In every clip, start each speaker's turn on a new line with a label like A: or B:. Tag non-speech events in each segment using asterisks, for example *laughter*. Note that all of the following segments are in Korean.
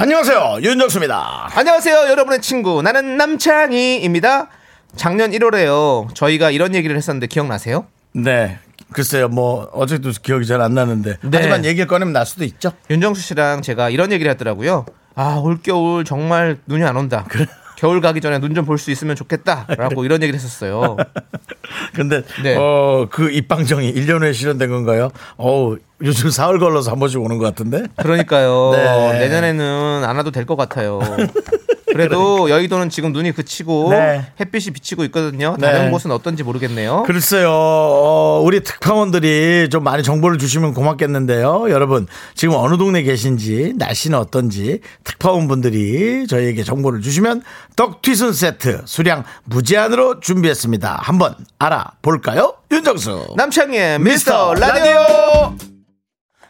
A: 안녕하세요 윤정수입니다.
B: 안녕하세요, 여러분의 친구. 나는 남창희입니다. 작년 1월에요. 저희가 이런 얘기를 했었는데 기억나세요?
A: 네 글쎄요 뭐 어제도 기억이 잘 안 나는데
B: 네.
A: 하지만 얘기를 꺼내면 날 수도 있죠.
B: 윤정수 씨랑 제가 이런 얘기를 했더라고요. 아, 올겨울 정말 눈이 안 온다. 겨울 가기 전에 눈 좀 볼 수 있으면 좋겠다라고 이런 얘기를 했었어요.
A: 근데
B: 네.
A: 어그 입방정이 1년 후에 실현된 건가요? 어우 요즘 사흘 걸러서 한 번씩 오는 것 같은데.
B: *laughs* 그러니까요.
A: 네.
B: 내년에는 안 와도 될 것 *laughs* 같아요. 그래도 여의도는 지금 눈이 그치고
A: 네.
B: 햇빛이 비치고 있거든요.
A: 네.
B: 다른 곳은 어떤지 모르겠네요.
A: 글쎄요, 어, 우리 특파원들이 좀 많이 정보를 주시면 고맙겠는데요. 여러분, 지금 어느 동네 계신지, 날씨는 어떤지, 특파원 분들이 저희에게 정보를 주시면 떡튀순 세트 수량 무제한으로 준비했습니다. 한번 알아볼까요? 윤정수.
B: 남창희의 미스터 라디오.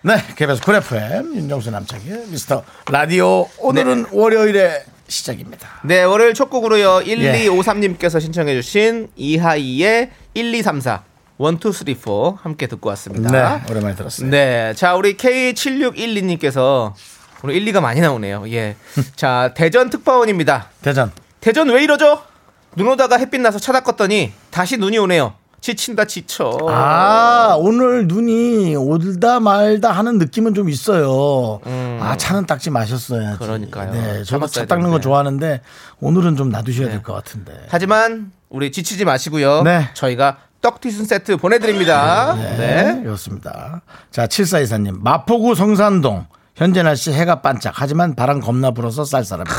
A: 네, KBS 쿨 FM, 윤정수 남창의 미스터 라디오. 오늘은 월요일의 시작입니다.
B: 네, 월요일 첫 곡으로요.
A: 예.
B: 1253님께서 신청해 주신 이하이의 1234 1234 함께 듣고 왔습니다.
A: 네, 오랜만에 들었어요.
B: 네. 자, 우리 K7612님께서 오늘 1, 2가 많이 나오네요. 예. 자, 대전 특파원입니다.
A: 대전.
B: 대전 왜 이러죠? 눈 오다가 햇빛 나서 차다 껐더니 다시 눈이 오네요. 지친다 지쳐.
A: 아, 오늘 눈이 오다 말다 하는 느낌은 좀 있어요. 아, 차는 닦지 마셨어야지.
B: 그러니까요.
A: 네, 저도 차
B: 참았어야
A: 닦는 거
B: 되는데. 좋아하는데
A: 좋아하는데 네. 오늘은 좀 놔두셔야 될 것 같은데.
B: 하지만 우리 지치지 마시고요.
A: 네.
B: 저희가 떡튀순 세트 보내 드립니다. 네.
A: 네, 이렇습니다. 자, 7424님. 마포구 성산동. 현재 날씨 해가 반짝. 하지만 바람 겁나 불어서 쌀쌀합니다.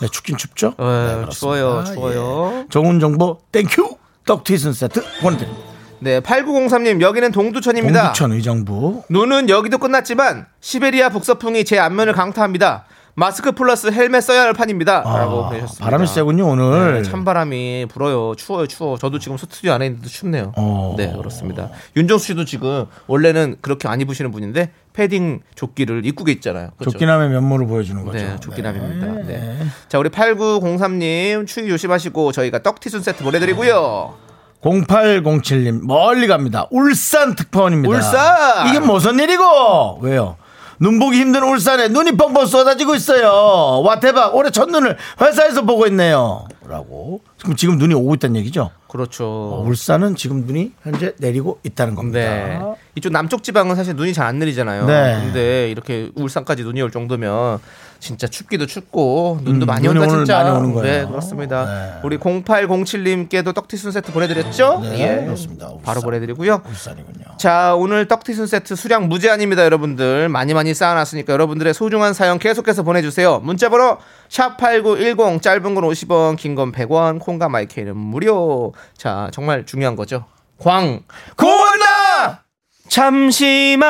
A: 네, 춥긴 춥죠?
B: 어,
A: 네,
B: 추워요,
A: 그렇습니다.
B: 추워요.
A: 예. 좋은 정보, 땡큐! 떡튀순 세트 보내드립니다.
B: 네, 8903님, 여기는 동두천입니다.
A: 동두천 의정부.
B: 눈은 여기도 끝났지만 시베리아 북서풍이 제 안면을 강타합니다. 마스크 플러스 헬멧 써야 할 판입니다. 라고
A: 아,
B: 보내셨습니다.
A: 바람이 세군요, 오늘.
B: 네, 찬바람이 불어요. 추워요, 추워. 저도 지금 스튜디오 안에 있는데 춥네요.
A: 어.
B: 네, 그렇습니다. 윤정수 씨도 지금 원래는 그렇게 안 입으시는 분인데 패딩 조끼를 입고 계시잖아요. 그렇죠?
A: 조끼남의 면모를 보여주는 거죠.
B: 네, 조끼남입니다.
A: 네.
B: 네. 자, 우리 8903님 추위 조심하시고 저희가 떡티순 세트 보내드리고요.
A: 0807님 멀리 갑니다. 울산 특파원입니다.
B: 울산!
A: 이게 무슨 일이고? 왜요? 눈 보기 힘든 울산에 눈이 뻥뻥 쏟아지고 있어요. 와 대박! 올해 첫눈을 회사에서 보고 있네요. 라고 지금 지금 눈이 오고 있다는 얘기죠.
B: 그렇죠.
A: 어, 울산은 지금 눈이 현재 내리고 있다는 겁니다.
B: 네. 이쪽 남쪽 지방은 사실 눈이 잘 안 내리잖아요.
A: 네.
B: 근데 이렇게 울산까지 눈이 올 정도면 진짜 춥기도 춥고
A: 음,
B: 눈도 많이
A: 눈이
B: 온다
A: 오늘
B: 진짜.
A: 많이 오는 거예요.
B: 네, 그렇습니다.
A: 네.
B: 우리 0807님께도 떡티순 세트 보내드렸죠? 예.
A: 네, 그렇습니다.
B: 바로
A: 울산.
B: 보내드리고요.
A: 울산이군요.
B: 자, 오늘 떡티순 세트 수량 무제한입니다, 여러분들. 많이 많이 쌓아놨으니까 여러분들의 소중한 사연 계속해서 보내주세요. 문자번호 샵8910 짧은 건 50원, 긴 건 100원, 콩과 마이크는 무료. 자, 정말 중요한 거죠. 광 고원나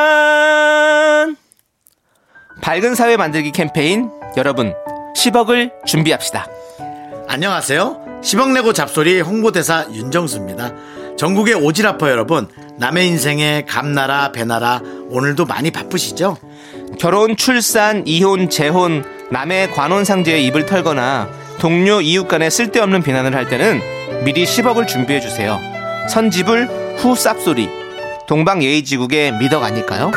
B: 잠시만 밝은 사회 만들기 캠페인 여러분 10억을 준비합시다.
A: 안녕하세요. 10억 내고 잡소리 홍보대사 윤정수입니다. 전국의 오지라퍼 여러분, 남의 인생에 감나라, 배나라, 오늘도 많이 바쁘시죠?
B: 결혼, 출산, 이혼, 재혼, 남의 관혼상제에 입을 털거나 동료 이웃 간에 쓸데없는 비난을 할 때는 미리 10억을 준비해 주세요. 선지불 후 쌉소리. 동방 예의지국의 미덕 아닐까요?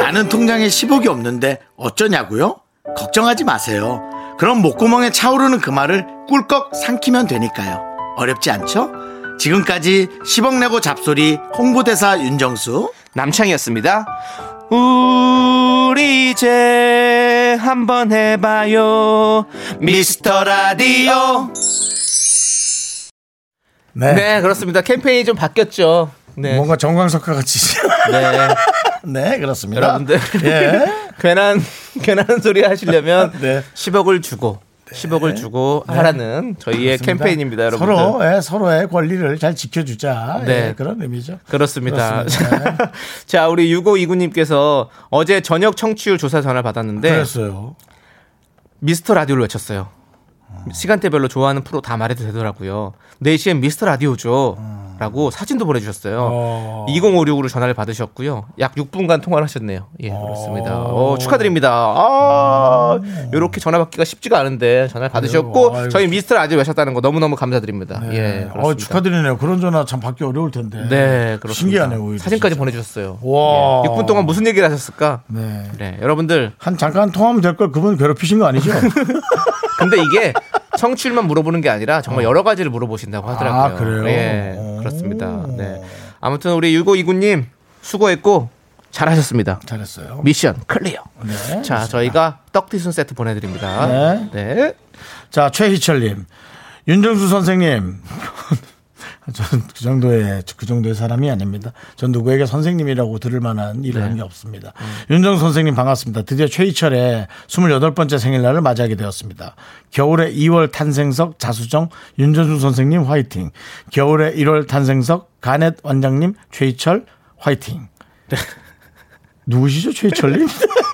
A: 나는 통장에 10억이 없는데 어쩌냐고요? 걱정하지 마세요. 그럼 목구멍에 차오르는 그 말을 꿀꺽 삼키면 되니까요. 어렵지 않죠? 지금까지 10억 내고 잡소리 홍보대사 윤정수.
B: 남창이었습니다. 우리 이제 한번 해봐요. 미스터 라디오. 네, 그렇습니다. 캠페인이 좀 바뀌었죠. 네.
A: 정광석과 같이. *laughs*
B: 네.
A: 네, 그렇습니다.
B: 여러분들 *laughs*
A: 예.
B: 괜한 괜한 소리 하시려면
A: *laughs* 네.
B: 10억을 주고 10억을 주고 하라는 저희의
A: 그렇습니다.
B: 캠페인입니다, 여러분.
A: 서로 예, 서로의 권리를 잘 지켜주자 예,
B: 네.
A: 그런 의미죠.
B: 그렇습니다.
A: 그렇습니다.
B: *laughs* 자, 네. 우리 6529님께서 어제 저녁 청취율 조사 전화 받았는데
A: 그랬어요.
B: 미스터 라디오를 외쳤어요. 시간대별로 좋아하는 프로 다 말해도 되더라고요. 4시엔 미스터 라디오죠.
A: 음.
B: 라고 사진도 보내주셨어요. 2056으로 전화를 받으셨고요. 약 6분간 통화를 하셨네요. 예, 그렇습니다. 어, 축하드립니다. 아, 요렇게 전화 받기가 쉽지가 않은데 전화를 받으셨고,
A: 음. 아유, 아유.
B: 저희 미스터 라디오 외셨다는 거 너무너무 감사드립니다. 예. 그렇습니다.
A: 어, 축하드리네요. 그런 전화 참 받기 어려울 텐데.
B: 네, 그렇습니다.
A: 신기하네요, 오히려.
B: 사진까지
A: 진짜.
B: 보내주셨어요.
A: 와.
B: 예, 6분 동안 무슨 얘기를 하셨을까?
A: 네.
B: 네, 여러분들.
A: 한 잠깐 통화하면 될 걸 그분 괴롭히신 거
B: *laughs*
A: 아니죠?
B: 근데 이게 성취만 물어보는 게 아니라 정말 여러 가지를 물어보신다고 하더라고요.
A: 아, 그래요?
B: 예,
A: 오.
B: 그렇습니다. 네. 아무튼 우리 6529님 수고했고 잘하셨습니다.
A: 잘했어요.
B: 미션 클리어.
A: 네.
B: 자, 저희가 떡튀순 세트 보내드립니다.
A: 네.
B: 네.
A: 자, 최희철님. 윤정수 선생님. *laughs* 저는 그 정도의, 그 정도의 사람이 아닙니다. 전 누구에게 선생님이라고 들을 만한 일을
B: 네.
A: 한 게 없습니다.
B: 음.
A: 윤정수 선생님 반갑습니다. 드디어 최희철의 28번째 생일날을 맞이하게 되었습니다. 겨울의 2월 탄생석 자수정 윤정수 선생님 화이팅. 겨울의 1월 탄생석 가넷 원장님 최희철 화이팅.
B: 네.
A: 누구시죠
B: *laughs*
A: 최희철님?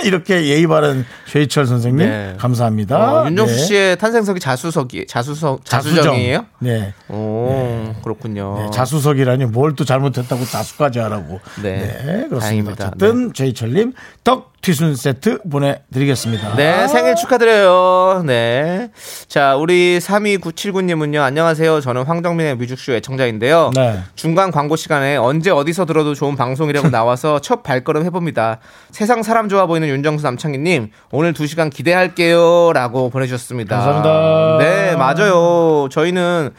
A: 이렇게 예의 바른 최희철 선생님
B: 네.
A: 감사합니다.
B: 어, 윤정수
A: 네.
B: 씨의 탄생석이 자수석이 자수석
A: 자수정.
B: 자수정이에요? 어.
A: 네.
B: 오, 그렇군요.
A: 네, 자수석이라니 뭘 또 잘못했다고 자수까지 하라고.
B: 네.
A: 네. 그렇습니다.
B: 다행입니다. 네.
A: 어쨌든 제이철님 떡 튀순 세트 보내드리겠습니다.
B: 네, 생일 축하드려요. 네. 자, 우리 32979님은요, 안녕하세요. 저는 황정민의 뮤직쇼 애청자인데요.
A: 네.
B: 중간 광고 시간에 언제 어디서 들어도
A: *laughs*
B: 좋은 방송이라고 나와서 첫 발걸음 해봅니다. 세상 사람 좋아 보이는 윤정수 남창희님, 오늘 두시간 기대할게요. 라고 보내주셨습니다.
A: 감사합니다.
B: 네, 맞아요. 저희는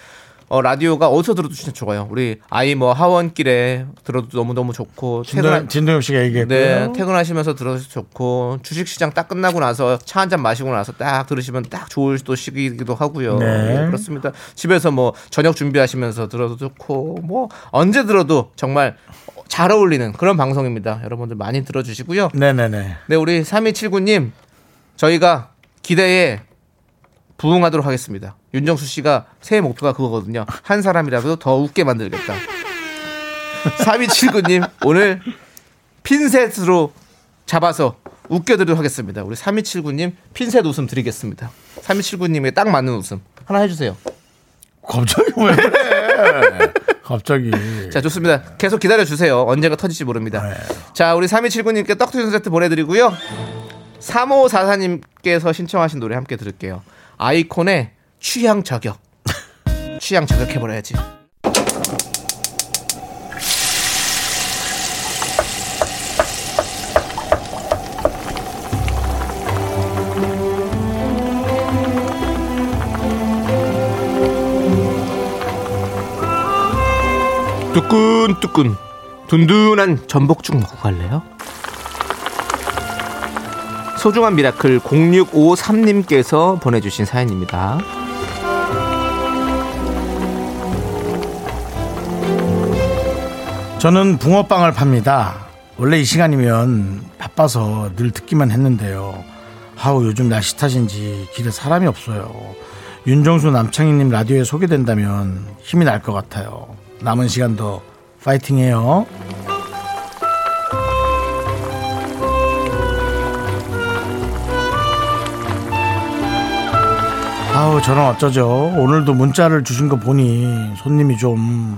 B: 어, 라디오가 어디서 들어도 진짜 좋아요. 우리 아이 뭐 하원길에 들어도 너무너무 좋고,
A: 진도영,
B: 퇴근한,
A: 진도영 씨가 얘기했고요.
B: 네, 퇴근하시면서 들어서 좋고 주식시장 딱 끝나고 나서 차 한 잔 마시고 나서 딱 들으시면 딱 좋을 또 시기이기도 하고요.
A: 네.
B: 예, 그렇습니다. 집에서 뭐 저녁 준비하시면서 들어도 좋고 뭐 언제 들어도 정말 잘 어울리는 그런 방송입니다. 여러분들 많이 들어주시고요.
A: 네네네. *laughs*
B: 네, 우리 3279님 저희가 기대에 부응하도록 하겠습니다. 윤정수 씨가 새해 목표가 그거거든요. 한 사람이라도 더 웃게 만들겠다. *laughs* 3279님 오늘 핀셋으로 잡아서 웃겨드리도록 하겠습니다. 우리 3279님 핀셋 웃음 드리겠습니다. 3279님에 딱 맞는 웃음 하나 해주세요.
A: 갑자기 왜 그래? 갑자기.
B: 자 좋습니다. 계속 기다려 주세요. 언제가 터질지 모릅니다. 자 우리 3279님께 떡튀순 세트 보내드리고요. 3544님께서 신청하신 노래 함께 들을게요. 아이콘의 취향 저격. *laughs* 취향 저격해버려야지. 뚜끈뚜끈 둔둔한 전복죽 먹고 갈래요? 소중한 미라클 0653님께서 보내주신 사연입니다.
A: 저는 붕어빵을 팝니다. 원래 이 시간이면 바빠서 늘 듣기만 했는데요. 하우 요즘 날씨 탓인지 길에 사람이 없어요. 윤정수 남창희님 라디오에 소개된다면 힘이 날 것 같아요. 남은 시간도 파이팅해요. 아우 저는 어쩌죠 오늘도 문자를 주신 거 보니 손님이 좀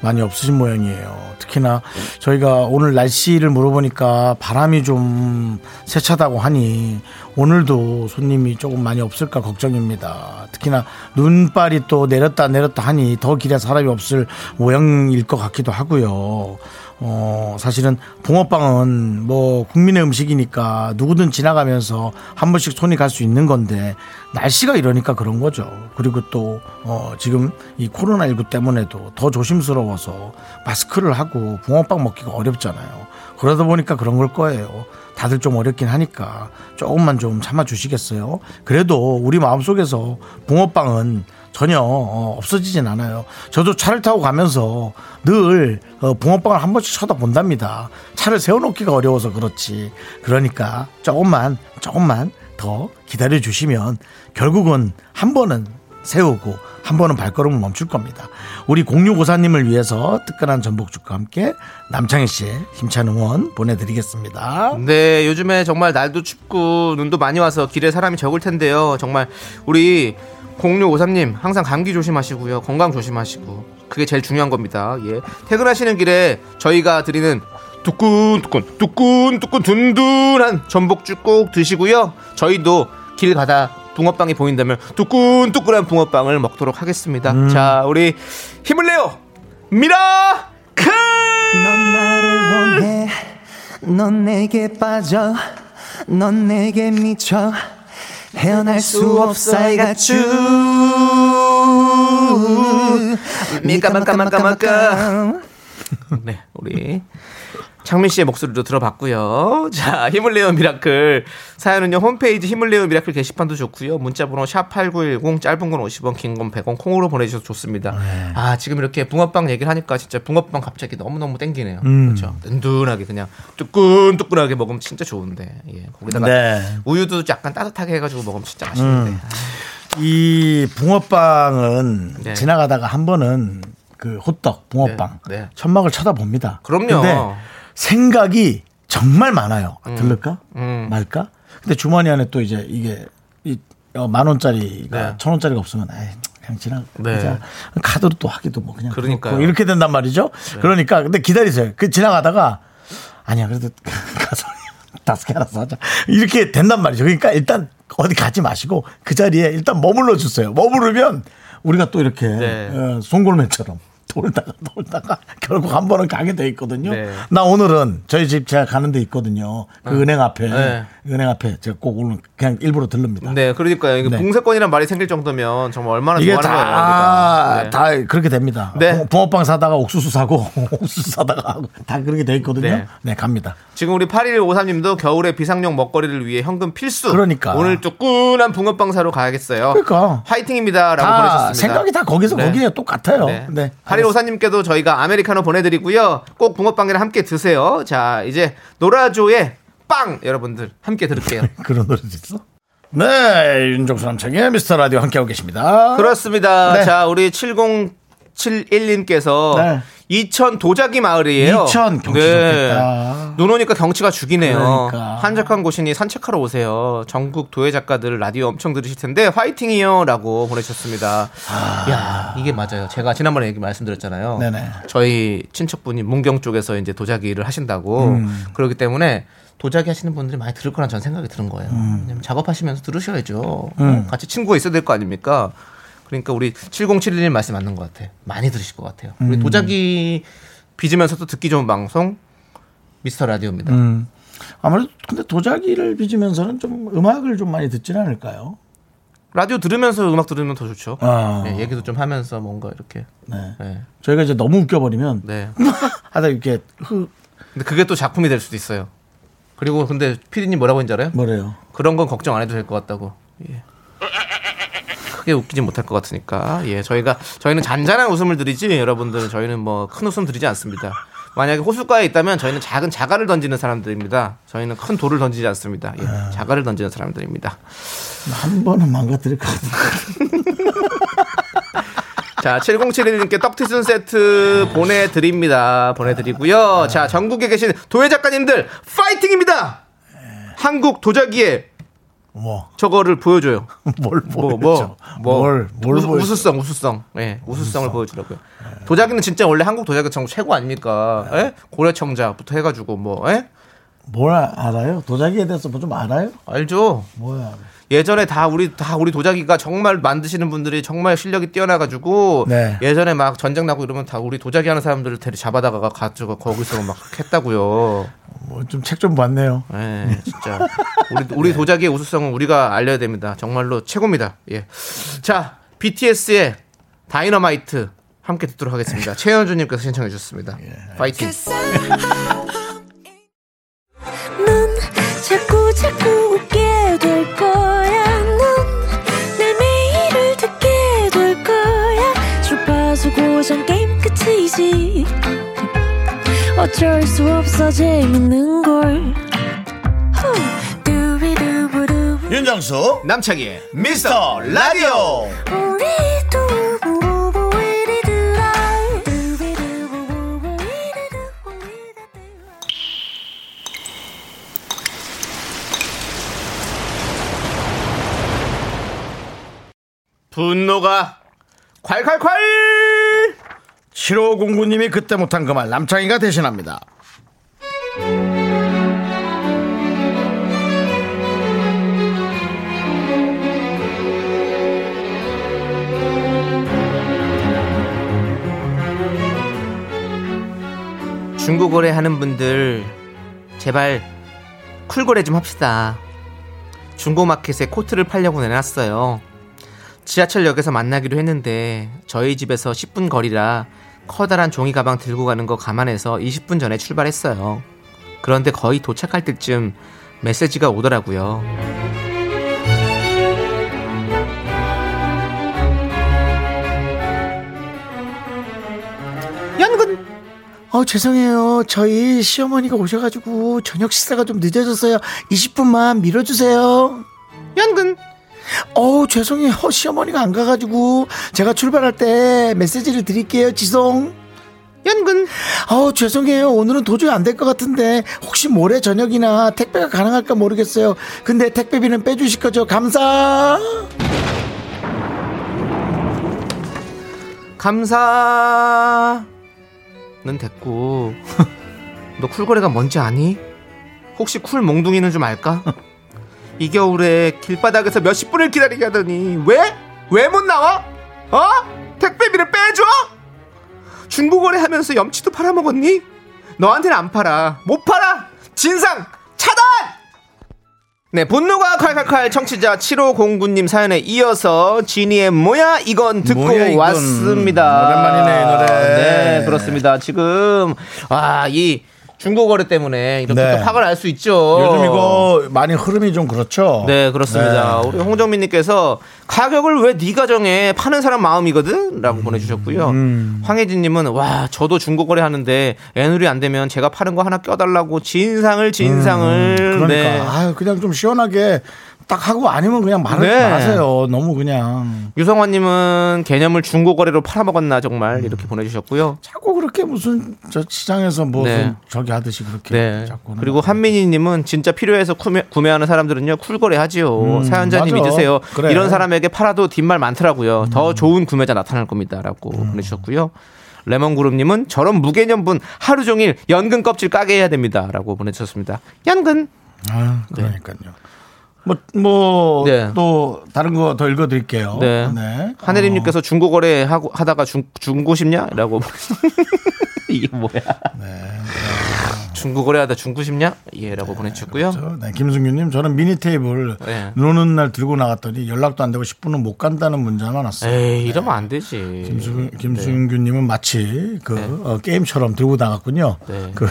A: 많이 없으신 모양이에요 특히나 저희가 오늘 날씨를 물어보니까 바람이 좀 세차다고 하니 오늘도 손님이 조금 많이 없을까 걱정입니다 특히나 눈발이 또 내렸다 내렸다 하니 더 길에 사람이 없을 모양일 것 같기도 하고요 어, 사실은 붕어빵은 뭐 국민의 음식이니까 누구든 지나가면서 한 번씩 손이 갈 수 있는 건데 날씨가 이러니까 그런 거죠. 그리고 또, 어, 지금 이 코로나19 때문에도 더 조심스러워서 마스크를 하고 붕어빵 먹기가 어렵잖아요. 그러다 보니까 그런 걸 거예요. 다들 좀 어렵긴 하니까 조금만 좀 참아주시겠어요? 그래도 우리 마음속에서 붕어빵은 전혀 어, 없어지진 않아요. 저도 차를 타고 가면서 늘 어, 붕어빵을 한 번씩 쳐다본답니다. 차를 세워놓기가 어려워서 그렇지. 그러니까 조금만 조금만 더 기다려 주시면 결국은 한 번은 세우고 한 번은 발걸음을 멈출 겁니다. 우리 공유고사님을 위해서 뜨끈한 전복죽과 함께 남창희 씨의 힘찬 응원 보내드리겠습니다.
B: 네, 요즘에 정말 날도 춥고 눈도 많이 와서 길에 사람이 적을 텐데요. 정말 우리 0653님 항상 감기 조심하시고요. 건강 조심하시고. 그게 제일 중요한 겁니다. 예. 퇴근하시는 길에 저희가 드리는 두끈두끈 두끈두끈 둔둔한 전복죽 꼭 드시고요. 저희도 길 가다 붕어빵이 보인다면 두끈두끈한 붕어빵을 먹도록 하겠습니다. 자, 우리 힘을 내요. 미라클!
C: 넌 나를 원해 넌 내게 빠져 넌 내게 미쳐 헤어날 수 없어 I got you
B: 미까마까마까마까. 네, 우리 장민 씨의 목소리도 들어봤고요. 자, 힘을 내요 미라클 사연은요 홈페이지 힘을 내요 미라클 게시판도 좋고요. 문자번호 샵 #8910 짧은 건 50원, 긴 건 100원 콩으로 보내주셔도 좋습니다. 아 지금 이렇게 붕어빵 얘기를 하니까 진짜 붕어빵 갑자기 너무 너무 땡기네요. 그렇죠. 든든하게 그냥 뜨끈뜨끈하게 먹으면 진짜 좋은데 예, 거기다가
A: 네.
B: 우유도 약간 따뜻하게 해가지고 먹으면 진짜 맛있는데.
A: 이 붕어빵은
B: 네.
A: 지나가다가 한 번은 그 호떡, 붕어빵,
B: 네, 네.
A: 천막을 쳐다봅니다.
B: 그럼요.
A: 근데 생각이 정말 많아요.
B: 음.
A: 아, 들를까? 말까? 근데 주머니 안에 또 이제 이게 이, 어, 만 원짜리가
B: 네.
A: 천 원짜리가 없으면 에이, 그냥 지나
B: 네.
A: 자 카드로 또 하기도 뭐 그냥
B: 그러니까요.
A: 그렇고 이렇게 된단 말이죠.
B: 네.
A: 그러니까 근데 기다리세요. 그 지나가다가 아니야 그래도 *laughs* 가서 다섯 개 알아서 하자 이렇게 된단 말이죠. 그러니까 일단 어디 가지 마시고 그 자리에 일단 머물러 주세요. 머무르면 우리가 또 이렇게
B: 네.
A: 어, 송골매처럼 돌다가 돌다가 결국 한 번은 가게 돼 있거든요.
B: 네. 아.
A: 나 오늘은 저희 집 제가 가는 데 있거든요. 그 은행 앞에
B: 네.
A: 은행 앞에 제가 꼭 오늘 그냥 일부러 들릅니다.
B: 네, 그러니까요. 이게
A: 네.
B: 봉쇄권이란 말이 생길 정도면 정말 얼마나
A: 이게
B: 좋아하는 거예요. 우리가.
A: 다,
B: 네.
A: 다 그렇게 됩니다.
B: 네.
A: 붕- 붕어빵 사다가 옥수수 사고, *laughs* 옥수수 사다가 하고 다 그렇게 돼 있거든요.
B: 네.
A: 네, 갑니다.
B: 지금 우리 8153님도 겨울에 비상용 먹거리를 위해 현금 필수.
A: 그러니까.
B: 오늘 뜨끈한 붕어빵 사러 가야겠어요.
A: 그러니까.
B: 화이팅입니다라고
A: 다
B: 보내셨습니다.
A: 생각이 다 거기서
B: 네.
A: 거기에 똑같아요. 네.
B: 네. 8154님께도 저희가 아메리카노 보내드리고요. 꼭 붕어빵이랑 함께 드세요. 자, 이제 노라조의 빵 여러분들 함께 들을게요.
A: 그런 노래도 있어? 네, 윤종수 남창의 미스터 라디오 함께하고 계십니다.
B: 그렇습니다.
A: 네.
B: 자, 우리 7071님께서
A: 네.
B: 이천 도자기 마을이에요. 네.
A: 이천 경치 좋겠다.
B: 눈 오니까 경치가 죽이네요.
A: 그러니까.
B: 한적한 곳이니 산책하러 오세요. 전국 도예 작가들 라디오 엄청 들으실 텐데 화이팅이요라고 보내셨습니다.
A: 아,
B: 야, 이게 맞아요. 제가 지난번에 얘기 말씀드렸잖아요.
A: 네네.
B: 저희 친척분이 문경 쪽에서 이제 도자기를 하신다고
A: 음.
B: 그렇기 때문에 도자기 하시는 분들이 많이 들을 거란 전 생각이 드는 거예요.
A: 음.
B: 왜냐면 작업하시면서 들으셔야죠. 같이 친구가 있어야 될 거 아닙니까? 그러니까 우리 7071님 말씀 맞는 것 같아. 요 많이 들으실 것 같아요.
A: 음.
B: 우리 도자기 빚으면서도 듣기 좋은 방송 미스터 라디오입니다.
A: 음. 아무래도 근데 도자기를 빚으면서는 좀 음악을 좀 많이 듣진 않을까요?
B: 라디오 들으면서 음악 들으면 더 좋죠.
A: 아.
B: 네, 얘기도 좀 하면서 뭔가 이렇게.
A: 네.
B: 네.
A: 저희가 이제 너무 웃겨버리면
B: 네.
A: *laughs* 하다 이렇게 흐
B: 근데 그게 또 작품이 될 수도 있어요. 그리고 근데 피디님 뭐라고 했는지 알아요?
A: 뭐래요?
B: 그런 건 걱정 안 해도 될 것 같다고. 예. 크게 웃기지 못할 것 같으니까. 예, 저희가 저희는 잔잔한 웃음을 드리지 여러분들은 저희는 뭐 큰 웃음 드리지 않습니다. 만약에 호숫가에 있다면 저희는 작은 자갈을 던지는 사람들입니다. 저희는 큰 돌을 던지지 않습니다. 예, 자갈을 던지는 사람들입니다.
A: 한 번은 망가뜨릴 것 같은데.
B: *laughs* 자, 7071님께 떡튀순 세트 보내드립니다. 보내드리고요. 자, 전국에 계신 도예 작가님들 파이팅입니다. 한국 도자기의
A: 뭐, *laughs*
B: 저거를 보여줘요.
A: 뭘
B: 뭐,
A: 보여줘?
B: 뭐, 뭐,
A: 뭘, 뭘 예.
B: 우수,
A: 보여줘?
B: 우수성, 우수성. 예, 우수성을 보여주라고요. 도자기는 진짜 원래 한국 도자기 정 최고 아닙니까? 예? 고려청자부터 해가지고 뭐, 예?
A: 뭘 알아요? 도자기에 대해서 뭐 좀 알아요?
B: 알죠?
A: 뭐야?
B: 예전에 다 우리 다 우리 도자기가 정말 만드시는 분들이 정말 실력이 뛰어나가지고
A: 네.
B: 예전에 막 전쟁 나고 이러면 다 우리 도자기 하는 사람들을 데리 잡아다가 가지고 거기서 막 했다고요.
A: 뭐 좀 책 좀 봤네요.
B: 예, 진짜 우리 우리 도자기의 우수성은 우리가 알려야 됩니다. 정말로 최고입니다. 예, 자 BTS의 다이너마이트 함께 듣도록 *laughs* 하겠습니다. 최현주님께서 신청해 주셨습니다. 파이팅.
D: 넌 자꾸 자꾸 웃게 될 거야. 넌내 매일을 듣게 될 거야. 주파수 고정 게임 끝이지. 어쩔 수 없어 재밌는 걸. 후. 두비두부두부.
A: 윤정수
B: 남창희의
A: 미스터 라디오
B: 분노가 콸콸콸
A: 7509님이 그때 못한 그 말 남창희가 대신합니다
B: 중고거래 하는 분들 제발 쿨거래 좀 합시다. 중고마켓에 코트를 팔려고 내놨어요. 지하철역에서 만나기로 했는데 저희 집에서 10분 거리라 커다란 종이 가방 들고 가는 거 감안해서 20분 전에 출발했어요. 그런데 거의 도착할 때쯤 메시지가 오더라고요. 연근
A: 어 죄송해요 저희 시어머니가 오셔가지고 저녁 식사가 좀 늦어졌어요 20분만 밀어주세요
B: 연근
A: 어 죄송해요 시어머니가 안 가가지고 제가 출발할 때 메시지를 드릴게요 지송
B: 연근
A: 어 죄송해요 오늘은 도저히 안 될 것 같은데 혹시 모레 저녁이나 택배가 가능할까 모르겠어요 근데 택배비는 빼주실 거죠 감사
B: 감사는 됐고 *laughs* 너 쿨거래가 뭔지 아니? 혹시 쿨 몽둥이는 좀 알까? 이 겨울에 길바닥에서 몇십 분을 기다리게 하더니 왜? 왜 못 나와? 어? 택배비를 빼줘? 중고거래 하면서 염치도 팔아먹었니? 너한테는 안 팔아 못 팔아 진상 차단! 네, 분노가 칼칼칼 청취자 7509님 사연에 이어서 지니의 뭐야 이건 듣고
A: 뭐야 이건.
B: 왔습니다.
A: 오랜만이네, 이 노래.
B: 네, 그렇습니다. 지금 아, 이 중고 거래 때문에 이렇게
A: 네.
B: 또 화가 날 수 있죠.
A: 요즘 이거 많이 흐름이 좀 그렇죠
B: 네, 그렇습니다. 우리 홍정민 님께서 가격을 왜 네가 정해? 파는 사람 마음이거든라고 보내 주셨고요. 황혜진 님은 와, 저도 중고 거래 하는데 애누리 안 되면 제가 파는 거 하나 껴 달라고 진상을 진상을
A: 그러니까
B: 네.
A: 아유, 그냥 좀 시원하게 딱 하고 아니면 그냥 말하지
B: 네.
A: 마세요. 너무 그냥
B: 유성환님은 개념을 중고거래로 팔아먹었나
A: 음.
B: 정말 이렇게 보내주셨고요.
A: 자꾸 그렇게 무슨 저 시장에서 뭐
B: 네.
A: 무슨 저기 하듯이 그렇게
B: 네.
A: 자꾸
B: 그리고 한민희님은 진짜 필요해서 구매, 구매하는 사람들은요 쿨거래 하지요. 사연자님
A: 음, 맞아.
B: 믿으세요.
A: 그래. 음.
B: 이런 사람에게 팔아도 뒷말 많더라고요. 더 좋은 구매자 나타날 겁니다라고 보내주셨고요. 레몬그룹님은 저런 무개념분 하루 종일 연근 껍질 까게 해야 됩니다라고 보내주셨습니다. 연근.
A: 아, 그러니까요. 뭐 뭐 또
B: 네.
A: 다른 거 더 읽어드릴게요.
B: 네.
A: 어.
B: 하늘님께서 중고거래 하고 하다가 중 중고 싶냐라고 *laughs* 이게 뭐야?
A: 네.
B: 중고거래하다 중고 싶냐? 예라고 보내주셨고요.
A: 저, 네, 김승규님 저는 미니 테이블
B: 네.
A: 눈 오는 날 들고 나갔더니 연락도 안 되고 10분은 못 간다는 문자만 왔어요.
B: 에이 이러면 안 되지.
A: 김승, 김승규님은 마치 그 어, 게임처럼 들고 나갔군요.
B: 네.
A: 그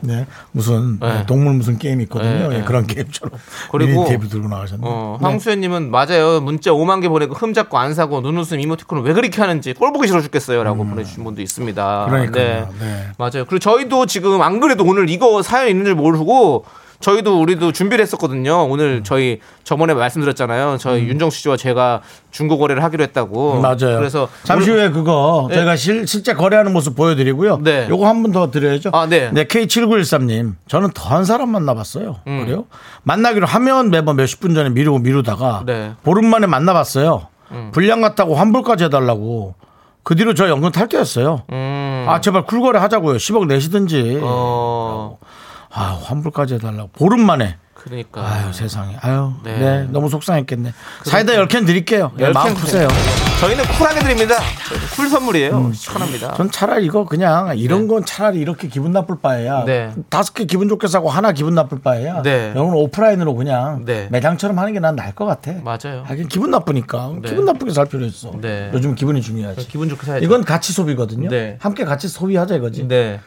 A: 네, 무슨
B: 네.
A: 동물 무슨 게임 있거든요.
B: 네,
A: 예,
B: 네.
A: 그런 게임처럼
B: 그리고-
A: 미니 테이블 들고 나가셨네요.
B: 어, 황수현님은 맞아요. 문자 5만 개 보내고 흠 잡고 안 사고 눈웃음 이모티콘을 왜 그렇게 하는지 꼴 보기 싫어 죽겠어요라고 보내주신 분도 있습니다.
A: 음. 그러니까요. 네.
B: 맞아요. 그리고 저희도 지금 안 그래도 오늘 이거 사연 있는 줄 모르고 저희도 우리도 준비를 했었거든요.
A: 음.
B: 오늘 저희 저번에 말씀드렸잖아요. 저희 윤정수 씨와 제가 중고 거래를 하기로 했다고.
A: 음, 맞아요.
B: 어. 그래서
A: 잠시
B: 오늘-
A: 후에 그거 저희가 실, 실제 거래하는 모습 보여드리고요.
B: 네.
A: 요거 한 번 더 드려야죠.
B: 아, 네.
A: K7913님. 저는 더한 사람 만나봤어요.
B: 음.
A: 그래요? 만나기로 하면 매번 몇십 분 전에 미루고 미루다가
B: 네. 음.
A: 보름 만에 만나봤어요. 불량 같다고 환불까지 해달라고. 그 뒤로 저 연금 탈퇴했어요.
B: 음.
A: 아, 제발 쿨거래 하자고요. 10억 내시든지.
B: 어
A: 아, 환불까지 해달라고. 보름 만에.
B: 그러니까
A: 아유, 세상에. 아유. 네.
B: 네. 그러니까.
A: 너무 속상했겠네. 사이다 10캔 드릴게요. 예,
B: 열
A: 마음
B: 캔
A: 푸세요.
B: 저희는 쿨하게 드립니다. 쿨 선물이에요. 시원합니다.
A: 음. 전 차라리 이거 그냥 이런 건 차라리 이렇게 기분 나쁠 바에야
B: 네.
A: 다섯 개 기분 좋게 사고 하나 기분 나쁠 바에야
B: 네.
A: 이건 오프라인으로 그냥
B: 네.
A: 매장처럼 하는 게 난 나을 것 같아.
B: 맞아요.
A: 하긴 기분 나쁘니까 기분 나쁘게 살 필요 있어.
B: 네.
A: 요즘 기분이 중요하지.
B: 기분 좋게 사야죠.
A: 이건 같이 소비거든요.
B: 네.
A: 함께 같이 소비하자 이거지.
B: 네.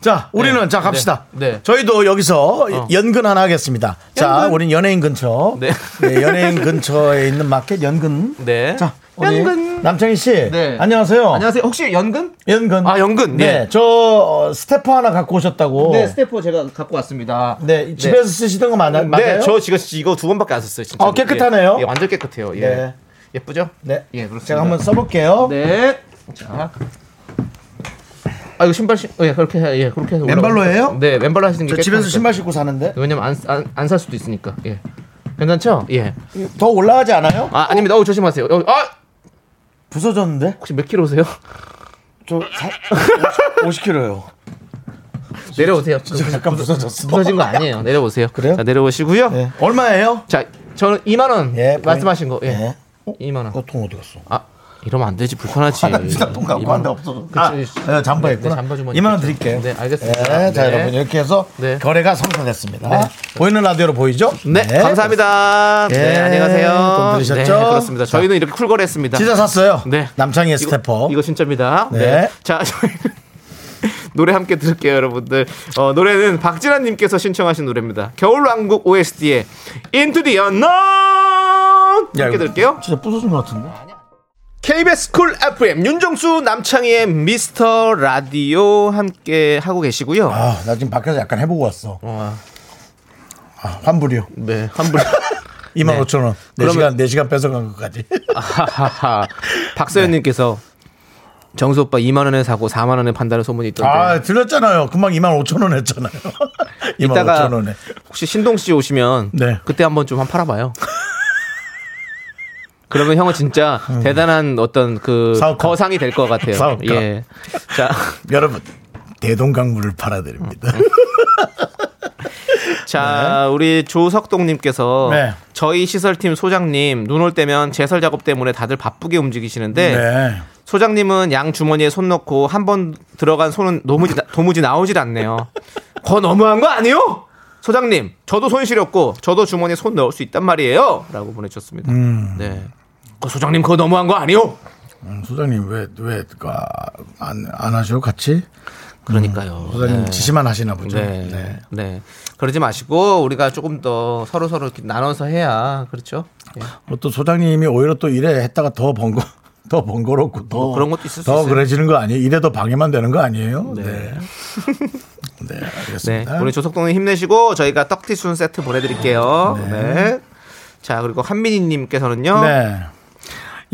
A: 자, 우리는 자 갑시다.
B: 네. 네.
A: 저희도 여기서 연근 하나 하겠습니다. 자, 우린 연예인 근처.
B: 어. 네.
A: 네, 연예인 근처에 있는 마켓 연근.
B: 네.
A: 자, 우리
B: 연근.
A: 남창희 씨.
B: 네.
A: 안녕하세요.
B: 안녕하세요. 혹시 연근?
A: 연근.
B: 아, 연근.
A: 네.
B: 네.
A: 저 어, 스태퍼 하나 갖고 오셨다고.
B: 네, 스태프 제가 갖고 왔습니다.
A: 네, 집에서 쓰시던 거 맞나, 맞아요?
B: 네, 저 지금 이거 두 번밖에 안 썼어요. 진짜.
A: 어, 깨끗하네요.
B: 예, 예, 완전 깨끗해요. 예.
A: 네.
B: 예쁘죠?
A: 네.
B: 예, 그렇습니다.
A: 제가 한번 써볼게요.
B: 네. 자. 아, 이거 신발 신, 예, 그렇게 해, 예, 그렇게 해서.
A: 왼발로
B: 올라가면-
A: 해요?
B: 네, 왼발로 하시는 게.
A: 저 집에서
B: 깨끗하니까.
A: 신발 신고 사는데
B: 왜냐면 안, 안, 안 살 수도 있으니까. 예. 괜찮죠? 예.
A: 더 올라가지 않아요?
B: 아, 아닙니다. 어우, 조심하세요. 어, 아!
A: 부서졌는데?
B: 혹시
A: *laughs*
B: 몇 킬로세요?
A: 저 50kg요.
B: *laughs* 내려오세요. *laughs*
A: 잠깐 부서졌어.
B: 부서진 거 아니에요. 내려오세요.
A: 그래요?
B: 자, 내려오시고요.
A: 네. 얼마예요?
B: 자, 저는 2만 원
A: 예,
B: 말씀하신 거. 예.
A: 예. 어?
B: 2만 원.
A: 어, 통 어디 갔어?
B: 아, 이러면 안 되지. 불편하지.
A: 화장실에 통 갖고
B: 2만 원.
A: 왔는데 없어졌어. 아, 네, 잠바
B: 네,
A: 있구나.
B: 네, 잠바 주머니
A: 2만 원
B: 있죠.
A: 드릴게요.
B: 네, 알겠습니다.
A: 네, 자,
B: 네.
A: 여러분 이렇게 해서
B: 네.
A: 거래가 성사됐습니다.
B: 네.
A: 보이는 라디오로 보이죠?
B: 네, 감사합니다.
A: 예,
B: 네, 안녕하세요.
A: 돈 들으셨죠?
B: 네, 그렇습니다. 저희는 이렇게 쿨거래했습니다.
A: 진짜 샀어요.
B: 네.
A: 남창희의
B: 이거-
A: 스태퍼.
B: 이거 진짜입니다. 네.
A: 네.
B: 자, 저희는 *laughs* 노래 함께 들을게요, 여러분들. 어, 노래는 박진아님께서 신청하신 노래입니다. 겨울왕국 OST의 Into the Unknown
A: 야,
B: 함께
A: 이거
B: 들을게요.
A: 진짜 부서진 것 같은데?
B: KBS 쿨 FM 윤정수 남창희의 미스터 라디오 함께 하고 계시고요.
A: 아, 나 지금 밖에서 약간 해보고 왔어.
B: 어,
A: 아, 환불이요.
B: 네, 환불.
A: 25,000원. 네. 4시간, 4시간 뺏어간 것까지.
B: 하하하. *laughs* 박서연님께서 정수 오빠 2만 원에 사고 4만 원에 판다는 소문이 있던데.
A: 아, 들렸잖아요. 금방 25,000원 했잖아요.
B: *laughs*
A: 25,000원에.
B: 혹시 신동 씨 오시면
A: 네.
B: 그때 한번 좀 한 팔아봐요. *laughs* 그러면 형은 진짜 대단한 어떤 그
A: 음. 사업가.
B: 거상이 될 것 같아요.
A: 사업가.
B: 예. 자,
A: 여러분, 대동강물을 팔아드립니다.
B: 자 우리 조석동님께서
A: 네.
B: 저희 시설팀 소장님 눈 올 때면 제설 작업 때문에 다들 바쁘게 움직이시는데
A: 네.
B: 소장님은 양 주머니에 손 넣고 한 번 들어간 손은 도무지, 나- 도무지 나오질 않네요. 거 너무한 거 아니요? 소장님, 저도 손 시렸고 저도 주머니에 손 넣을 수 있단 말이에요. 라고 보내주셨습니다. 네. 거 소장님 그거 너무한 거 아니요?
A: 음, 소장님, 왜, 왜, 그, 아, 안, 안 하셔? 같이?
B: 그러니까요.
A: 음. 소장님
B: 네.
A: 지시만 하시나 보죠.
B: 네.
A: 네.
B: 네. 그러지 마시고 우리가 조금 더 서로 서로 이렇게 나눠서 해야 그렇죠? 예.
A: 뭐또 소장님이 오히려 또 이래 했다가 더 번거, *laughs* 더 번거롭고 더.
B: 뭐 그런 것도 있을 수
A: 더
B: 있어요.
A: 그래지는 거 아니에요? 이래 더 방해만 되는 거 아니에요? 네.
B: *laughs*
A: 네.
B: 네.
A: 알겠습니다.
B: 우리 조석동님 힘내시고 저희가 떡티순 세트 보내드릴게요. 네. 자 그리고 한민희님께서는요.
A: 네.